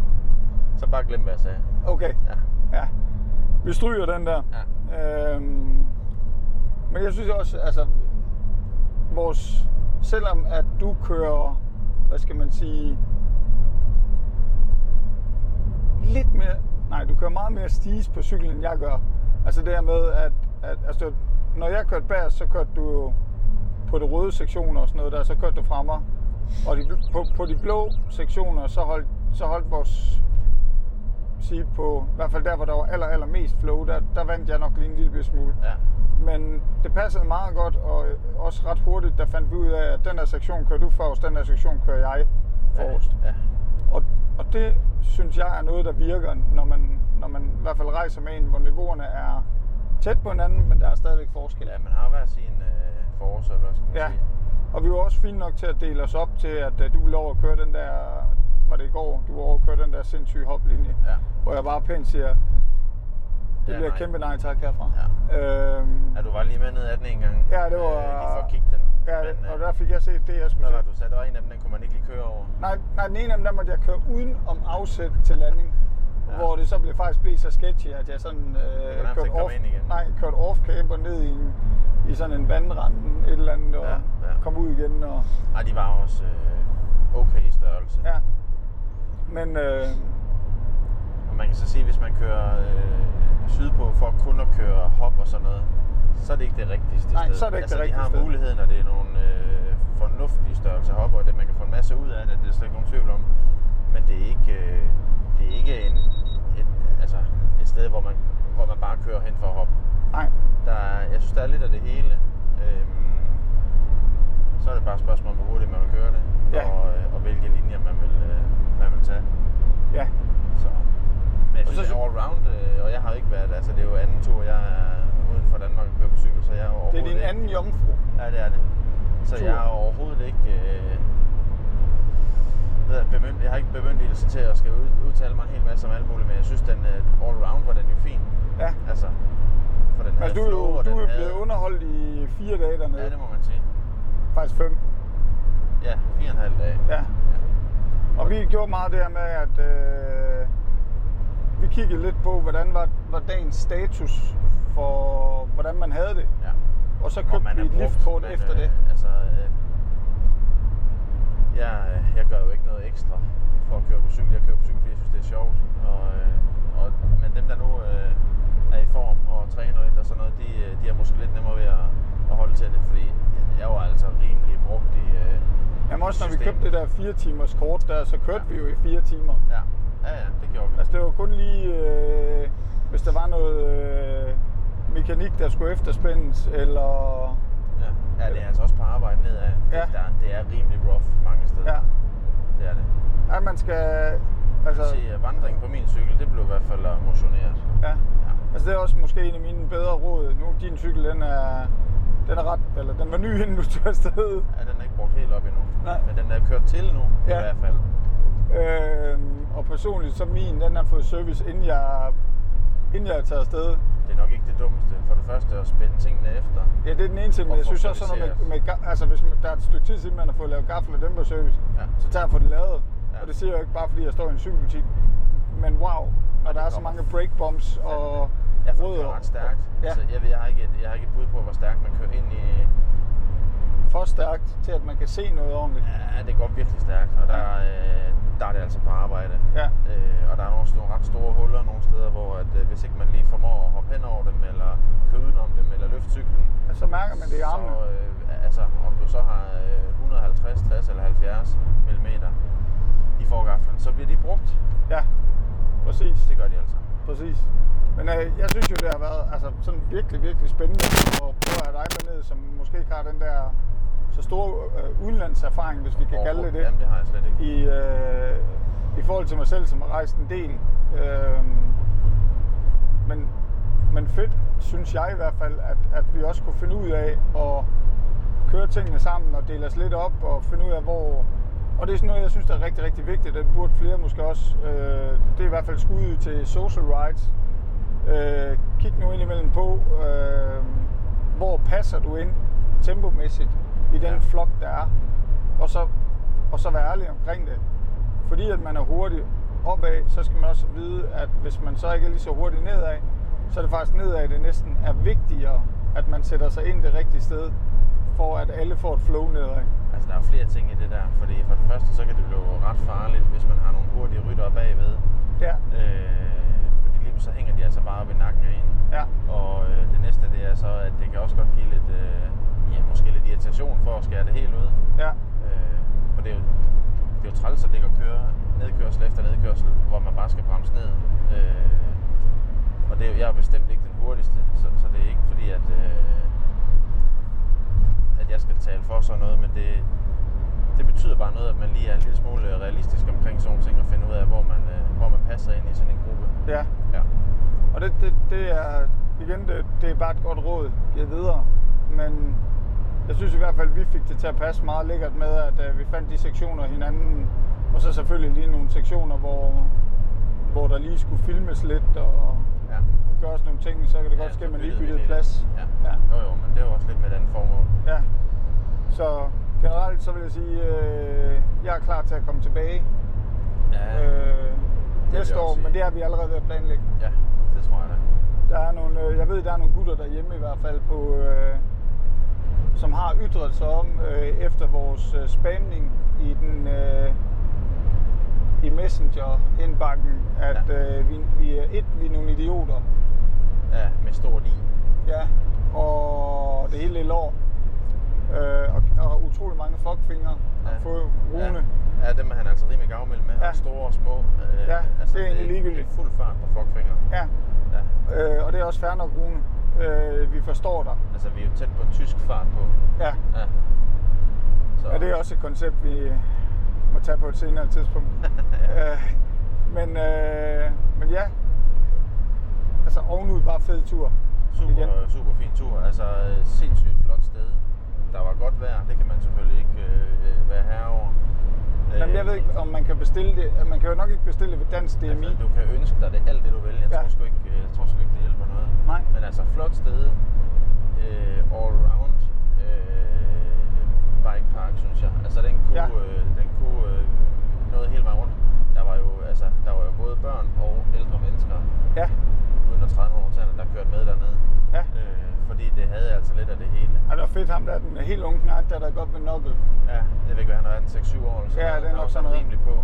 [SPEAKER 2] Så bare glem, hvad jeg sagde.
[SPEAKER 1] Okay,
[SPEAKER 2] Ja.
[SPEAKER 1] ja. Vi stryger den der.
[SPEAKER 2] ja.
[SPEAKER 1] Øhm, men jeg synes også, altså, vores, selvom at du kører, hvad skal man sige, lidt mere, nej, du kører meget mere stis på cyklen, end jeg gør. Altså det her med, at, at altså, når jeg kørte bag, så kørte du jo på de røde sektioner og sådan noget der, så kørte du fra mig. Og de, bl- på, på de blå sektioner, så holdt, så holdt vores sige på, i hvert fald der, hvor der var aller, aller mest flow, der, der vandt jeg nok lige en lille bitte smule.
[SPEAKER 2] ja.
[SPEAKER 1] Men det passede meget godt, og øh, også ret hurtigt, der fandt vi ud af, at den her sektion kører du forrest, den her sektion kører jeg forrest.
[SPEAKER 2] Ja.
[SPEAKER 1] Og, og det synes jeg er noget, der virker, når man, når man i hvert fald rejser med en, hvor niveauerne er tæt på hinanden, men der er stadigvæk forskel.
[SPEAKER 2] ja, man har hver sin øh, forårs, eller hvad skal man
[SPEAKER 1] Ja.
[SPEAKER 2] sige.
[SPEAKER 1] Og vi var også fine nok til at dele os op til, at øh, du ville over og køre den der, var det i går, du var over og køre den der sindssyge hoplinje.
[SPEAKER 2] Ja.
[SPEAKER 1] Hvor jeg bare pænt siger, det
[SPEAKER 2] Ja,
[SPEAKER 1] bliver
[SPEAKER 2] nej.
[SPEAKER 1] kæmpe nej tak herfra. Ja. Øhm,
[SPEAKER 2] ja, du var lige med ned af den en gang.
[SPEAKER 1] Ja, det var-
[SPEAKER 2] Øh, lige for at kigge den.
[SPEAKER 1] ja,
[SPEAKER 2] Men, øh,
[SPEAKER 1] og der fik jeg set det, jeg skulle
[SPEAKER 2] der var
[SPEAKER 1] se.
[SPEAKER 2] du sagde, der var en af dem, den kunne man ikke lige køre over.
[SPEAKER 1] Nej, nej, den ene af dem, der måtte jeg køre uden om afsæt til landing. ja.
[SPEAKER 2] Ja.
[SPEAKER 1] Hvor det så blev faktisk blev så sketchy, at jeg sådan øh,
[SPEAKER 2] nærmest
[SPEAKER 1] kørte
[SPEAKER 2] ikke komme
[SPEAKER 1] off,
[SPEAKER 2] ind igen.
[SPEAKER 1] nej, kørte off camp og ned i, en, i sådan en vandrand, et eller andet, og ja,
[SPEAKER 2] Ja,
[SPEAKER 1] ja.
[SPEAKER 2] ja.
[SPEAKER 1] kom ud igen. Og,
[SPEAKER 2] Nej, de var også øh, okay i størrelse.
[SPEAKER 1] ja. Men øh,
[SPEAKER 2] Og man kan så sige, at hvis man kører øh, sydpå for kun at køre hop og sådan noget, så er det ikke det rigtigste
[SPEAKER 1] Nej,
[SPEAKER 2] sted.
[SPEAKER 1] så er det ikke
[SPEAKER 2] altså,
[SPEAKER 1] det rigtige
[SPEAKER 2] de har
[SPEAKER 1] sted.
[SPEAKER 2] muligheden, og det er nogle øh, fornuftige størrelser hop, og det, man kan få en masse ud af det, det er slet ikke nogen tvivl om. Men det er ikke, øh, det er ikke en, et, altså et sted, hvor man, hvor man bare kører hen for at hoppe.
[SPEAKER 1] nej,
[SPEAKER 2] Der er, jeg synes, der er lidt af det hele. Øhm, så er det bare et spørgsmål om, hvor hurtigt man vil gøre det,
[SPEAKER 1] Ja.
[SPEAKER 2] og, øh, og hvilke linjer man vil, øh, man vil tage.
[SPEAKER 1] ja,
[SPEAKER 2] Så. Men jeg
[SPEAKER 1] Og så
[SPEAKER 2] synes,
[SPEAKER 1] sy-
[SPEAKER 2] så... all round, øh, og jeg har ikke været, altså det er jo anden tur, jeg er uden for Danmark og kører på cykel, så jeg er
[SPEAKER 1] det er
[SPEAKER 2] overhovedet
[SPEAKER 1] din
[SPEAKER 2] ikke,
[SPEAKER 1] anden jomfru.
[SPEAKER 2] Ja, det er det. Så
[SPEAKER 1] tur.
[SPEAKER 2] jeg er overhovedet ikke, øh, hvad hedder det, bemynd, jeg har ikke bemyndigelse til at skal ud, udtale mig en hel masse om alt muligt, men jeg synes, den øh, all round var den jo fin.
[SPEAKER 1] Ja.
[SPEAKER 2] Altså, for den havde
[SPEAKER 1] Altså, du er
[SPEAKER 2] flow,
[SPEAKER 1] jo
[SPEAKER 2] og
[SPEAKER 1] du
[SPEAKER 2] den
[SPEAKER 1] er jo
[SPEAKER 2] havde-
[SPEAKER 1] blevet underholdt i fire dage dernede.
[SPEAKER 2] Ja, det må man sige.
[SPEAKER 1] Faktisk fem.
[SPEAKER 2] Ja, fire og en halv dag.
[SPEAKER 1] Ja. Og vi gjorde meget det her med, at øh, vi kiggede lidt på, hvordan var, var dagens status for, hvordan man havde det.
[SPEAKER 2] ja.
[SPEAKER 1] Og så
[SPEAKER 2] Og
[SPEAKER 1] købte
[SPEAKER 2] man
[SPEAKER 1] vi
[SPEAKER 2] er
[SPEAKER 1] et
[SPEAKER 2] brugt,
[SPEAKER 1] liftkort
[SPEAKER 2] men,
[SPEAKER 1] efter det.
[SPEAKER 2] Øh, altså, øh, jeg, øh, jeg gør jo ikke noget ekstra for at køre på cykel. Jeg kører på cykel, fordi jeg synes, det er sjovt. Og, øh, og, men dem, der nu øh, er i form og træner lidt og sådan noget, de, øh, de er måske lidt nemmere ved at, at holde til det, fordi jeg, jeg var altså rimelig brugt i... Øh,
[SPEAKER 1] Jamen også når vi
[SPEAKER 2] system.
[SPEAKER 1] købte det der 4 timers kort der, så kørte
[SPEAKER 2] Ja.
[SPEAKER 1] vi jo i 4 timer.
[SPEAKER 2] Ja, ja, ja, det gjorde vi.
[SPEAKER 1] Altså det var kun lige, øh, hvis der var noget øh, mekanik, der skulle efterspændes, eller...
[SPEAKER 2] Ja, ja det er altså også på arbejde nedad.
[SPEAKER 1] Ja.
[SPEAKER 2] Det, der, det er rimelig rough mange steder.
[SPEAKER 1] Ja,
[SPEAKER 2] Det er det.
[SPEAKER 1] at man skal...
[SPEAKER 2] Altså,
[SPEAKER 1] Altså,
[SPEAKER 2] jeg vil sige, at vandring på min cykel, det blev i hvert fald at motioneret.
[SPEAKER 1] ja.
[SPEAKER 2] Ja.
[SPEAKER 1] Altså det er også måske en af mine bedre råd. Nu din cykel, den er, den er ret, eller den var ny, inden du tog afsted.
[SPEAKER 2] Ja, den er ikke brugt helt op endnu.
[SPEAKER 1] Nej.
[SPEAKER 2] Men den er kørt til nu,
[SPEAKER 1] Ja.
[SPEAKER 2] ja. i hvert fald.
[SPEAKER 1] Øhm, og personligt så min, den har fået service, inden jeg, inden jeg tager afsted.
[SPEAKER 2] Det er nok ikke det dummeste. For det første at spænde tingene efter.
[SPEAKER 1] Ja, det er den ene ting, men
[SPEAKER 2] Og
[SPEAKER 1] jeg
[SPEAKER 2] få
[SPEAKER 1] synes også sådan noget med, med, ga- altså hvis man- der er et stykke tid siden, man har fået lavet gaffel og dæmper service,
[SPEAKER 2] Ja.
[SPEAKER 1] så tager jeg for det lavet.
[SPEAKER 2] Ja.
[SPEAKER 1] Og det siger jeg jo ikke bare, fordi jeg står i en cykelbutik. Men wow, når
[SPEAKER 2] det
[SPEAKER 1] der er så
[SPEAKER 2] kommer
[SPEAKER 1] mange brake bumps og
[SPEAKER 2] Jeg får
[SPEAKER 1] rødder.
[SPEAKER 2] det ret stærkt.
[SPEAKER 1] Ja.
[SPEAKER 2] Ja. Altså, jeg, ved, jeg, har ikke, et- jeg har ikke et bud på, hvor stærkt man kører ind i...
[SPEAKER 1] For stærkt til, at man kan se noget ordentligt.
[SPEAKER 2] Ja, det går virkelig stærkt. Og der, øh, der er det altså på arbejde.
[SPEAKER 1] Ja.
[SPEAKER 2] Øh, og der er nogle store, ret store huller nogle steder, hvor at, øh, hvis ikke man lige formår at hoppe hen over dem, eller køre udenom dem, eller løfte cyklen,
[SPEAKER 1] Så mærker man det i armene.
[SPEAKER 2] Så, øh, altså, om du så har øh, 150, 60 eller 70 mm i forgaflen, så bliver de brugt.
[SPEAKER 1] Ja, præcis.
[SPEAKER 2] Det gør de altså.
[SPEAKER 1] Præcis. Men Men øh, jeg synes jo, det har været altså, sådan virkelig, virkelig spændende at prøve at have dig med ned, som måske ikke har den der så store øh, udenlandserfaring, hvis vi kan kalde det det.
[SPEAKER 2] Jamen, det har jeg slet ikke.
[SPEAKER 1] i, øh, i forhold til mig selv, som har rejst en del. Øh, men, men fedt, synes jeg i hvert fald, at, at vi også kunne finde ud af at køre tingene sammen og dele os lidt op og finde ud af, hvor... Og det er sådan noget, jeg synes, der er rigtig, rigtig vigtigt. Det burde flere måske også. Øh, det er i hvert fald skud til social rights. Øh, kig nu indimellem på, øh, hvor passer du ind tempomæssigt i den
[SPEAKER 2] Ja.
[SPEAKER 1] ja. flok, der er. Og så, og så være ærlig omkring det. Fordi at man er hurtig opad, så skal man også vide, at hvis man så ikke er lige så hurtig nedad, så er det faktisk nedad, det næsten er vigtigere, at man sætter sig ind det rigtige sted, for at alle får et flow nedad.
[SPEAKER 2] Altså, der er flere ting i det der, fordi for det første, så kan det blive ret farligt, hvis man har nogle hurtige ryttere bagved.
[SPEAKER 1] Ja,
[SPEAKER 2] Øh, fordi lige så hænger de altså bare op i nakken af en.
[SPEAKER 1] ja,
[SPEAKER 2] Og øh, det næste, det er så, at det kan også godt give lidt, øh, ja, måske lidt irritation for at skære det helt ud.
[SPEAKER 1] ja,
[SPEAKER 2] Øh, for det er jo, det er jo træls at ligge og køre nedkørsel efter nedkørsel, hvor man bare skal bremse ned. Øh, og det er, jo- jeg er bestemt ikke den hurtigste, så, så det er ikke fordi, at, øh, at jeg skal tale for sådan noget, men det, det betyder bare noget, at man lige er en lille smule realistisk omkring sådan nogle ting og finde ud af, hvor man, øh, hvor man passer ind i sådan en gruppe.
[SPEAKER 1] ja.
[SPEAKER 2] Ja.
[SPEAKER 1] Og det, det, det er, igen, det, det er bare et godt råd, givet videre. Men jeg synes i hvert fald, at vi fik det til at passe meget lækkert med, at øh, vi fandt de sektioner af hinanden. Og så selvfølgelig lige nogle sektioner, hvor, hvor der lige skulle filmes lidt og
[SPEAKER 2] Ja.
[SPEAKER 1] gøres nogle ting, så kan det
[SPEAKER 2] Ja,
[SPEAKER 1] godt ske,
[SPEAKER 2] så
[SPEAKER 1] at man lige
[SPEAKER 2] byttede vi
[SPEAKER 1] byttede
[SPEAKER 2] det.
[SPEAKER 1] plads.
[SPEAKER 2] Ja.
[SPEAKER 1] Ja.
[SPEAKER 2] Jo jo, men det er jo også lidt med et andet formål.
[SPEAKER 1] Ja. Så generelt så vil jeg sige, øh, jeg er klar til at komme tilbage øh,
[SPEAKER 2] jeg
[SPEAKER 1] næste år,
[SPEAKER 2] også sige.
[SPEAKER 1] men det har vi allerede ved at planlægge.
[SPEAKER 2] ja, det tror jeg da.
[SPEAKER 1] Der er nogle, øh, jeg ved, der er nogle gutter derhjemme i hvert fald, på, øh, som har ytret sig om øh, efter vores øh, spamning i den øh, i Messenger-indbakken, at
[SPEAKER 2] Ja.
[SPEAKER 1] øh, vi, vi er et, vi er nogle idioter,
[SPEAKER 2] Ja, med stort i.
[SPEAKER 1] ja, og det hele er lår. Øh, og, og utrolig mange fuckfingere har
[SPEAKER 2] Ja.
[SPEAKER 1] fået Rune.
[SPEAKER 2] Ja, ja dem er han altså rimelig gavmild med.
[SPEAKER 1] Ja.
[SPEAKER 2] Ja. Store og små. Øh,
[SPEAKER 1] Ja, det er egentlig ligegyldigt.
[SPEAKER 2] Det er fuld fart på fuckfinger.
[SPEAKER 1] Ja.
[SPEAKER 2] Ja.
[SPEAKER 1] Øh, og det er også fair nok, Rune. Øh, vi forstår dig.
[SPEAKER 2] Altså, vi er jo tæt på tysk fart på.
[SPEAKER 1] Ja.
[SPEAKER 2] Ja. Så.
[SPEAKER 1] Og det er også et koncept, vi må tage på et senere tidspunkt.
[SPEAKER 2] <laughs> ja.
[SPEAKER 1] øh, men, øh, men ja, altså ovenud bare fed tur.
[SPEAKER 2] Super, super fin tur. Altså, øh, sindssygt flot sted. Der var godt vejr. Det kan man selvfølgelig ikke øh, øh, være herover. Øh,
[SPEAKER 1] Jamen, jeg ved ikke, om man kan bestille det. Altså, Man kan jo nok ikke bestille det ved Dansk DMI.
[SPEAKER 2] Altså, du kan ønske dig det alt det du vil. Jeg
[SPEAKER 1] Ja.
[SPEAKER 2] ja. tror sgu ikke, øh, jeg tror sgu ikke det hjælper noget.
[SPEAKER 1] Nej.
[SPEAKER 2] Men altså flot sted, øh, all round øh, bike park synes jeg. Altså den kunne,
[SPEAKER 1] Ja.
[SPEAKER 2] ja. øh, den kunne øh, noget hele vejen rundt. Der var jo altså der var jo både børn og ældre mennesker
[SPEAKER 1] Ja,
[SPEAKER 2] uden at træde nogen over tæerne, der kørte med dernede.
[SPEAKER 1] ja.
[SPEAKER 2] Øh, fordi det havde altså lidt af det hele.
[SPEAKER 1] Og det var fedt ham, der er den helt unge knægt, der er godt med nokkel.
[SPEAKER 2] Ja, jeg ved ikke, hvad han har været, en 6-7 år eller sådan
[SPEAKER 1] Ja,
[SPEAKER 2] noget.
[SPEAKER 1] det er
[SPEAKER 2] Han
[SPEAKER 1] nok
[SPEAKER 2] var
[SPEAKER 1] sådan
[SPEAKER 2] sådan
[SPEAKER 1] noget.
[SPEAKER 2] rimelig på.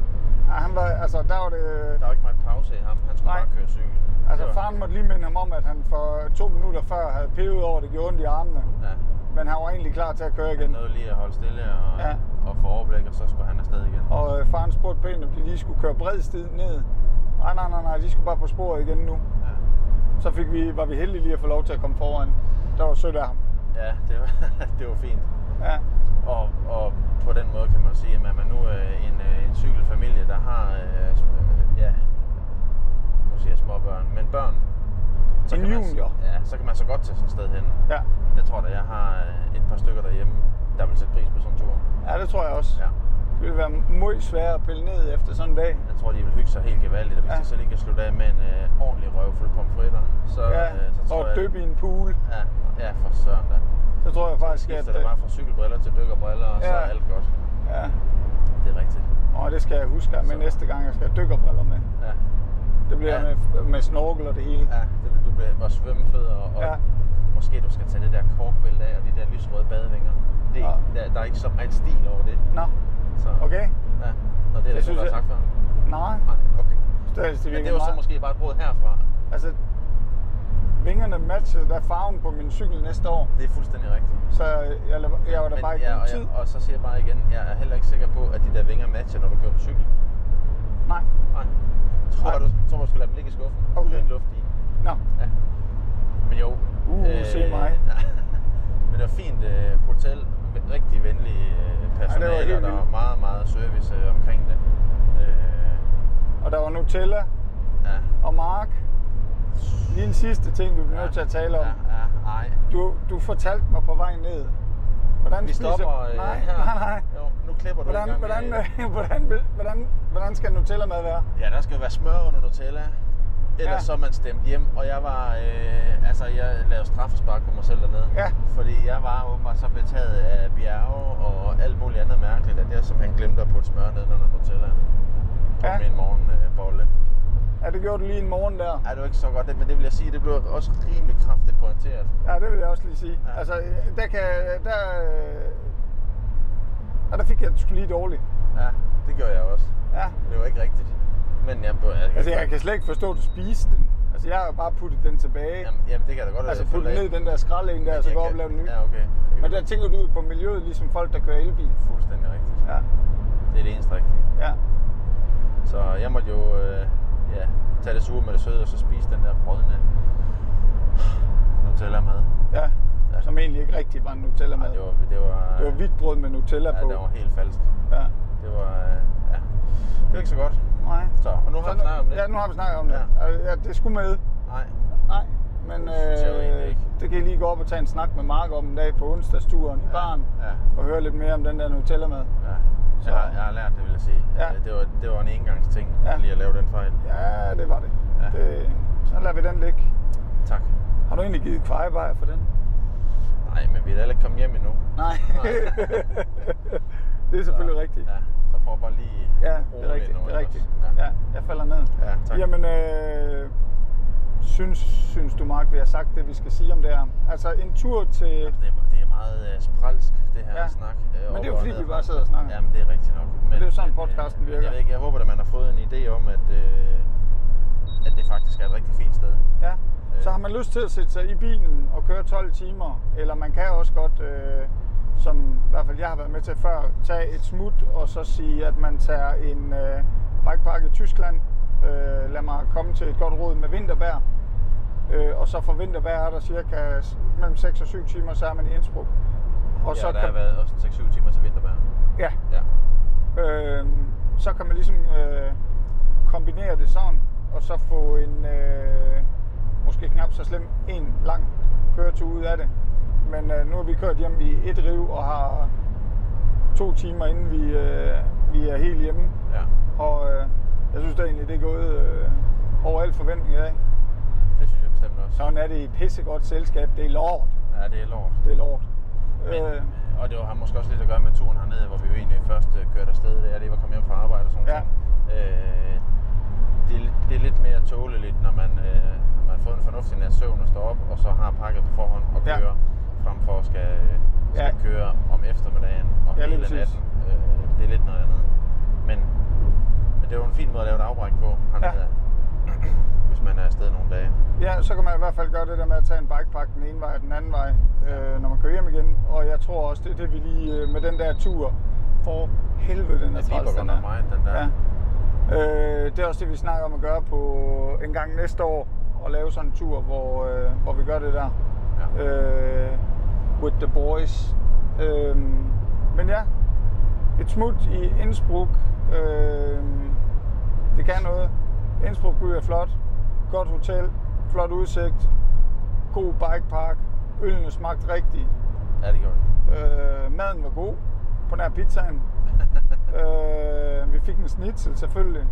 [SPEAKER 1] Ja, han var, altså, der var det...
[SPEAKER 2] Der var ikke meget pause i ham. Han skulle
[SPEAKER 1] Nej.
[SPEAKER 2] bare køre cykel.
[SPEAKER 1] Altså,
[SPEAKER 2] Det var-
[SPEAKER 1] faren måtte lige minde ham om, at han for to minutter før havde pevet over, at det gjorde ondt i armene.
[SPEAKER 2] Ja,
[SPEAKER 1] Men han var egentlig klar til at køre
[SPEAKER 2] Han
[SPEAKER 1] igen.
[SPEAKER 2] nåede lige at holde stille og,
[SPEAKER 1] Ja.
[SPEAKER 2] ja. og få overblik, og så skulle han afsted igen.
[SPEAKER 1] Og øh, faren spurgte pænt, om de lige skulle køre bred sted ned. Nej, nej, nej, nej, de skulle bare på sporet igen nu.
[SPEAKER 2] Ja.
[SPEAKER 1] Så fik vi, var vi heldige lige at få lov til at komme foran. Der var sødt af ham.
[SPEAKER 2] ja, det var, <laughs> det var fint.
[SPEAKER 1] Ja,
[SPEAKER 2] Og, og på den måde kan man sige, at man nu øh, en, øh, en cykelfamilie, der har, øh, øh, ja, nu siger jeg småbørn, men børn.
[SPEAKER 1] En
[SPEAKER 2] kan man,
[SPEAKER 1] junior.
[SPEAKER 2] Ja, så kan man så godt tage sådan et sted hen.
[SPEAKER 1] ja.
[SPEAKER 2] Jeg tror da, jeg har øh, et par stykker derhjemme, der vil sætte pris på sådan en tur.
[SPEAKER 1] ja det tror jeg også.
[SPEAKER 2] Ja.
[SPEAKER 1] Det ville være meget sværere at pille ned efter sådan en dag.
[SPEAKER 2] Jeg tror, de vil hygge sig helt gevaldigt, og hvis
[SPEAKER 1] Ja.
[SPEAKER 2] ja. de så lige kan slutte af med en øh, ordentlig røvfuld pomfritter, så,
[SPEAKER 1] Ja,
[SPEAKER 2] øh, så tror
[SPEAKER 1] og
[SPEAKER 2] jeg...
[SPEAKER 1] dyppe i en pool.
[SPEAKER 2] Ja, ja, for søren da.
[SPEAKER 1] Så tror jeg faktisk, at...
[SPEAKER 2] skifter det bare fra cykelbriller til dykkerbriller, og ja. så
[SPEAKER 1] Ja.
[SPEAKER 2] er alt godt.
[SPEAKER 1] Ja,
[SPEAKER 2] Det er rigtigt.
[SPEAKER 1] og det skal jeg huske at med
[SPEAKER 2] Så.
[SPEAKER 1] næste gang, jeg skal have dykkerbriller med.
[SPEAKER 2] Ja,
[SPEAKER 1] Det bliver
[SPEAKER 2] Ja.
[SPEAKER 1] med, med snorkel og det hele.
[SPEAKER 2] ja det, du bliver bare svømmefed, og, og
[SPEAKER 1] Ja.
[SPEAKER 2] ja. måske du skal tage det der korkbælte af, og de der lysrøde badevinger. Det er,
[SPEAKER 1] Ja.
[SPEAKER 2] ja. der, der er ikke så meget stil over det.
[SPEAKER 1] Nå,
[SPEAKER 2] Så,
[SPEAKER 1] okay.
[SPEAKER 2] Ja, og det er der
[SPEAKER 1] Jeg
[SPEAKER 2] ikke
[SPEAKER 1] synes,
[SPEAKER 2] nogen, der har
[SPEAKER 1] jeg-
[SPEAKER 2] sagt før.
[SPEAKER 1] Nej,
[SPEAKER 2] Nej, okay.
[SPEAKER 1] stadig det
[SPEAKER 2] Men
[SPEAKER 1] virker
[SPEAKER 2] det var så
[SPEAKER 1] meget.
[SPEAKER 2] måske bare et råd herfra.
[SPEAKER 1] Altså, vingerne matchede da farven på min cykel næste år.
[SPEAKER 2] Det er fuldstændig rigtigt.
[SPEAKER 1] Så jeg, lader- jeg var da
[SPEAKER 2] Men
[SPEAKER 1] bare ikke
[SPEAKER 2] ja,
[SPEAKER 1] ja,
[SPEAKER 2] og,
[SPEAKER 1] tid.
[SPEAKER 2] jeg, og så siger jeg bare igen, jeg er heller ikke sikker på, at de der vinger matcher, når du kører på cykel.
[SPEAKER 1] Nej.
[SPEAKER 2] Nej. Jeg tror,
[SPEAKER 1] Nej.
[SPEAKER 2] du, jeg tror, du skal lade dem ligge i skuffen.
[SPEAKER 1] Okay.
[SPEAKER 2] Uden luft i.
[SPEAKER 1] Nå,
[SPEAKER 2] Ja. Men jo. Øh,
[SPEAKER 1] Uh, se mig.
[SPEAKER 2] <laughs> men det var fint øh, hotel. Rigtig venlig øh, personale,
[SPEAKER 1] helt
[SPEAKER 2] og der
[SPEAKER 1] vildt.
[SPEAKER 2] var meget, meget service øh, omkring det. Øh,
[SPEAKER 1] og der var Nutella
[SPEAKER 2] ja.
[SPEAKER 1] og Mark. Lige en sidste ting, vi bliver nødt til at tale om.
[SPEAKER 2] Ja, ja, nej.
[SPEAKER 1] Du, du fortalte mig på vej ned. Hvordan
[SPEAKER 2] Vi
[SPEAKER 1] spiser...
[SPEAKER 2] stopper øh,
[SPEAKER 1] nej,
[SPEAKER 2] her.
[SPEAKER 1] nej, nej.
[SPEAKER 2] Jo, nu klipper du i
[SPEAKER 1] Hvordan,
[SPEAKER 2] gang
[SPEAKER 1] hvordan,
[SPEAKER 2] med...
[SPEAKER 1] hvordan, <laughs> vil- hvordan, hvordan skal Nutella-mad være?
[SPEAKER 2] Ja, der skal jo være smør under Nutella. Ellers
[SPEAKER 1] Ja.
[SPEAKER 2] ja. så er man stemt hjem, og jeg var, øh, altså jeg lavede straffespark på mig selv dernede.
[SPEAKER 1] Ja.
[SPEAKER 2] Fordi jeg var åbenbart så betaget af bjerge og alt muligt andet mærkeligt, at jeg simpelthen glemte at putte smør ned under Nutella på
[SPEAKER 1] Ja.
[SPEAKER 2] ja. min morgenbolle.
[SPEAKER 1] Ja, det gjorde du lige en morgen der.
[SPEAKER 2] Ej, det var ikke så godt, det, men det vil jeg sige, det blev også rimelig kraftigt pointeret.
[SPEAKER 1] Ja, det vil jeg også lige sige. Ja.
[SPEAKER 2] Ja.
[SPEAKER 1] Altså, der kan... Der, ja, der fik jeg det sgu lige dårligt.
[SPEAKER 2] Ja, det gjorde jeg også.
[SPEAKER 1] Ja.
[SPEAKER 2] Men Det var ikke rigtigt. Men jeg, blev- jeg,
[SPEAKER 1] Altså, jeg kan slet ikke forstå, at du spiste den. Altså, jeg har jo bare puttet den tilbage.
[SPEAKER 2] Jamen, jamen, det kan jeg da godt
[SPEAKER 1] altså,
[SPEAKER 2] jeg følte
[SPEAKER 1] puttet ned i
[SPEAKER 2] af.
[SPEAKER 1] den der skralding der,
[SPEAKER 2] Men
[SPEAKER 1] og så
[SPEAKER 2] jeg
[SPEAKER 1] altså gå op og
[SPEAKER 2] kan-
[SPEAKER 1] lave den ny.
[SPEAKER 2] Ja, okay.
[SPEAKER 1] Og der tænker du jo på miljøet, ligesom folk, der kører elbil.
[SPEAKER 2] Fuldstændig rigtigt.
[SPEAKER 1] Ja,
[SPEAKER 2] Det er det eneste rigtige.
[SPEAKER 1] ja.
[SPEAKER 2] Så jeg måtte jo øh, ja, tage det sure med det søde, og så spise den der brødne Nutella-mad.
[SPEAKER 1] Ja.
[SPEAKER 2] Ja.
[SPEAKER 1] Som egentlig ikke rigtig var en Nutella-mad.
[SPEAKER 2] Ej, det, var, det, var,
[SPEAKER 1] det var hvidt brød med Nutella
[SPEAKER 2] ja,
[SPEAKER 1] på.
[SPEAKER 2] det var helt falsk.
[SPEAKER 1] Ja.
[SPEAKER 2] Det var, øh, ja, det var ikke så godt.
[SPEAKER 1] Nej.
[SPEAKER 2] Så, og nu har vi snakket om det.
[SPEAKER 1] Ja, nu har vi snakket om det.
[SPEAKER 2] Ja.
[SPEAKER 1] Ja. Ja, det skulle med.
[SPEAKER 2] Nej,
[SPEAKER 1] Nej, men
[SPEAKER 2] Det synes jeg jo egentlig
[SPEAKER 1] øh,
[SPEAKER 2] ikke.
[SPEAKER 1] det kan I lige gå op og tage en snak med Mark om en dag på onsdagsturen i
[SPEAKER 2] Ja,
[SPEAKER 1] baren.
[SPEAKER 2] ja.
[SPEAKER 1] Og høre lidt mere om den der Nutella-mad.
[SPEAKER 2] ja.
[SPEAKER 1] Så-
[SPEAKER 2] Jeg har, jeg har lært det, vil jeg sige.
[SPEAKER 1] Ja.
[SPEAKER 2] Øh, Det, var, det var en engangsting,
[SPEAKER 1] Ja.
[SPEAKER 2] ja. lige at lave den fejl.
[SPEAKER 1] Ja, det var det.
[SPEAKER 2] Ja.
[SPEAKER 1] det så lader vi den ligge.
[SPEAKER 2] Tak.
[SPEAKER 1] Har du egentlig givet kvejebajer for den?
[SPEAKER 2] Nej, men vi er da heller ikke kommet hjem endnu.
[SPEAKER 1] Nej. <laughs> det er
[SPEAKER 2] Så-
[SPEAKER 1] selvfølgelig rigtigt.
[SPEAKER 2] Ja, så prøv bare lige
[SPEAKER 1] Ja, det
[SPEAKER 2] roligt
[SPEAKER 1] er rigtigt.
[SPEAKER 2] nu
[SPEAKER 1] Det er
[SPEAKER 2] ellers.
[SPEAKER 1] rigtigt.
[SPEAKER 2] Ja.
[SPEAKER 1] Ja, jeg falder ned.
[SPEAKER 2] Ja, tak. Altså,
[SPEAKER 1] Jamen, øh, synes, synes du, Mark, vi har sagt det, vi skal sige om det her? Altså, en tur til...
[SPEAKER 2] Altså, det, er, det er meget øh, spralsk, det her
[SPEAKER 1] Ja.
[SPEAKER 2] ja. snak.
[SPEAKER 1] Men det er jo
[SPEAKER 2] op og
[SPEAKER 1] fordi,
[SPEAKER 2] ned
[SPEAKER 1] vi
[SPEAKER 2] fra-
[SPEAKER 1] bare sidder og snakker.
[SPEAKER 2] Jamen, det er rigtigt nok. Men,
[SPEAKER 1] det er jo sådan,
[SPEAKER 2] men, øh,
[SPEAKER 1] podcasten
[SPEAKER 2] men
[SPEAKER 1] virker.
[SPEAKER 2] Jeg, ved ikke, jeg håber, at man har fået en idé om, at, øh, at det faktisk er et rigtig fint sted.
[SPEAKER 1] Ja. Så har man lyst til at sætte sig i bilen og køre 12 timer, eller man kan også godt, øh, som i hvert fald jeg har været med til før, tage et smut og så sige, at man tager en øh, bikepark i Tyskland. Øh, lad mig komme til et godt råd med vintervejr. Øh, og så for vintervejr er der cirka s- mellem 6 og 7 timer, så er man i Innsbruck. Og
[SPEAKER 2] ja,
[SPEAKER 1] så
[SPEAKER 2] der
[SPEAKER 1] kan,
[SPEAKER 2] har været også 6-7 timer til vintervejr.
[SPEAKER 1] ja,
[SPEAKER 2] Ja.
[SPEAKER 1] øh, så kan man ligesom øh, kombinere det sådan, og så få en øh, måske knap så slem en lang køretur ud af det. Men øh, nu har vi kørt hjem i et riv og har to timer inden vi, øh, vi er helt hjemme.
[SPEAKER 2] ja,
[SPEAKER 1] Og øh, jeg synes da egentlig, det er gået øh, over al forventning i dag.
[SPEAKER 2] det synes jeg bestemt også.
[SPEAKER 1] Sådan er det i et pissegodt selskab. Det er lort.
[SPEAKER 2] Ja, det er lort.
[SPEAKER 1] Det er lort.
[SPEAKER 2] Men,
[SPEAKER 1] Øh,
[SPEAKER 2] øh, og det har måske også lidt at gøre med turen hernede, hvor vi jo egentlig først øh, kørte afsted, da jeg lige var kommet hjem fra arbejde og sådan
[SPEAKER 1] Ja.
[SPEAKER 2] noget. Øh, det, er lidt- det er lidt mere tåleligt, når man, øh, når man har fået en fornuftig nat søvn og står op, og så har pakket på forhånd og
[SPEAKER 1] Ja.
[SPEAKER 2] kører, frem for at skal, øh, skal
[SPEAKER 1] Ja.
[SPEAKER 2] ja. køre om eftermiddagen og
[SPEAKER 1] Ja, lige
[SPEAKER 2] hele
[SPEAKER 1] præcis.
[SPEAKER 2] natten. Øh, det er lidt noget andet. Men, men det er jo en fin måde at lave et afbræk på hernede,
[SPEAKER 1] Ja.
[SPEAKER 2] ja. hvis man er afsted nogle dage.
[SPEAKER 1] Ja, så kan man i hvert fald gøre det der med at tage en bikepakke den ene vej og den anden vej, øh, når man kører hjem igen. Og jeg tror også, det er det, vi lige øh, med den der tur for helvede, den er
[SPEAKER 2] Det
[SPEAKER 1] træls,
[SPEAKER 2] slipper godt
[SPEAKER 1] den er.
[SPEAKER 2] nok meget, den der.
[SPEAKER 1] Ja. Øh, det er også det, vi snakker om at gøre på en gang næste år, og lave sådan en tur, hvor, øh, hvor vi gør det der.
[SPEAKER 2] Ja.
[SPEAKER 1] Øh, with the boys. Øh, men ja, et smut i Innsbruck. Øh, det kan noget. Innsbruck by er flot. Godt hotel. Flot udsigt. God bikepark. Ølene smagte rigtigt.
[SPEAKER 2] ja, det gjorde det.
[SPEAKER 1] Øh, maden var god. På nær pizzaen. øh, vi fik en snitsel selvfølgelig.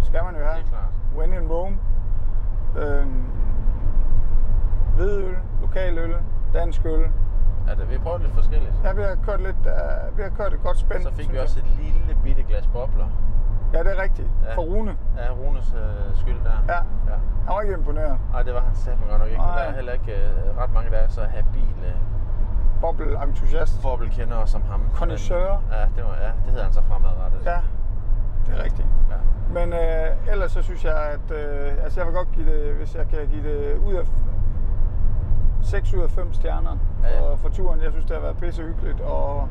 [SPEAKER 1] Skal man jo have.
[SPEAKER 2] <laughs> Det er klart.
[SPEAKER 1] When in Rome. Øh, hvidøl, lokal øl, dansk øl.
[SPEAKER 2] Ja, det, vi har prøvet lidt forskelligt.
[SPEAKER 1] Ja, vi har kørt lidt, uh, vi har kørt et godt spænd.
[SPEAKER 2] Så fik
[SPEAKER 1] synes
[SPEAKER 2] vi
[SPEAKER 1] jeg.
[SPEAKER 2] også et lille bitte glas bobler.
[SPEAKER 1] Ja, det er rigtigt. Ja.
[SPEAKER 2] Ja.
[SPEAKER 1] For Rune.
[SPEAKER 2] Ja, Runes øh, skyld der.
[SPEAKER 1] Ja.
[SPEAKER 2] ja.
[SPEAKER 1] Han var ikke imponeret.
[SPEAKER 2] Ej, det var han satme godt nok ikke.
[SPEAKER 1] Ej.
[SPEAKER 2] Der er heller ikke øh, ret mange, der er så habile
[SPEAKER 1] Boble-entusiast.
[SPEAKER 2] bobbelkendere som ham.
[SPEAKER 1] Connoisseur.
[SPEAKER 2] Men, Ja, det var, ja, det hedder han så fremadrettet.
[SPEAKER 1] Ja, det er rigtigt.
[SPEAKER 2] ja.
[SPEAKER 1] Men øh, ellers så synes jeg, at øh, altså jeg vil godt give det, hvis jeg kan give det ud af 6 ud af 5 stjerner for,
[SPEAKER 2] Ja,
[SPEAKER 1] ja,
[SPEAKER 2] ja.
[SPEAKER 1] for turen. Jeg synes, det har været pissehyggeligt og,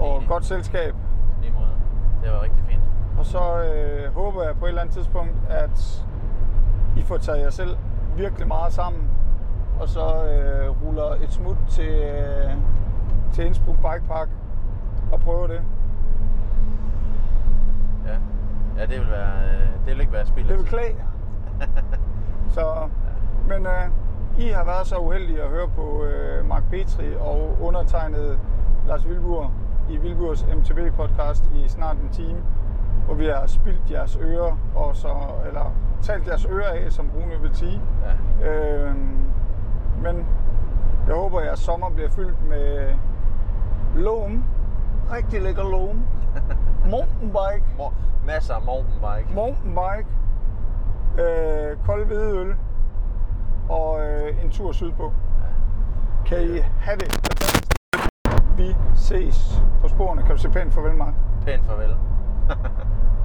[SPEAKER 1] og
[SPEAKER 2] Enig.
[SPEAKER 1] godt selskab.
[SPEAKER 2] Lige måde. Det var rigtig fint.
[SPEAKER 1] Og så øh, håber jeg på et eller andet tidspunkt, at I får taget jer selv virkelig meget sammen, og så øh, ruller et smut til, øh, til Innsbruck Bike Park og prøver det.
[SPEAKER 2] Ja. Ja, det vil være, øh, det vil ikke være spild.
[SPEAKER 1] Det
[SPEAKER 2] af
[SPEAKER 1] vil
[SPEAKER 2] tid.
[SPEAKER 1] klæde jer. Så, men øh, I har været så uheldige at høre på øh, Mark Petri og undertegnet Lars Vilburg i Vilburgs MTB-podcast i snart en time, hvor vi har spildt jeres ører, og så, eller talt jeres ører af, som Rune vil sige.
[SPEAKER 2] <laughs> Ja.
[SPEAKER 1] Øh, men jeg håber, at jeres sommer bliver fyldt med loam, rigtig lækker loam, mountainbike,
[SPEAKER 2] Mor- masser af mountainbike.
[SPEAKER 1] mountainbike, øh, kold hvedeøl og øh, en tur sydpå.
[SPEAKER 2] ja.
[SPEAKER 1] Kan I have det fantastisk. Vi ses på sporene. Kan du se pænt farvel, Mark?
[SPEAKER 2] Pænt farvel. <laughs>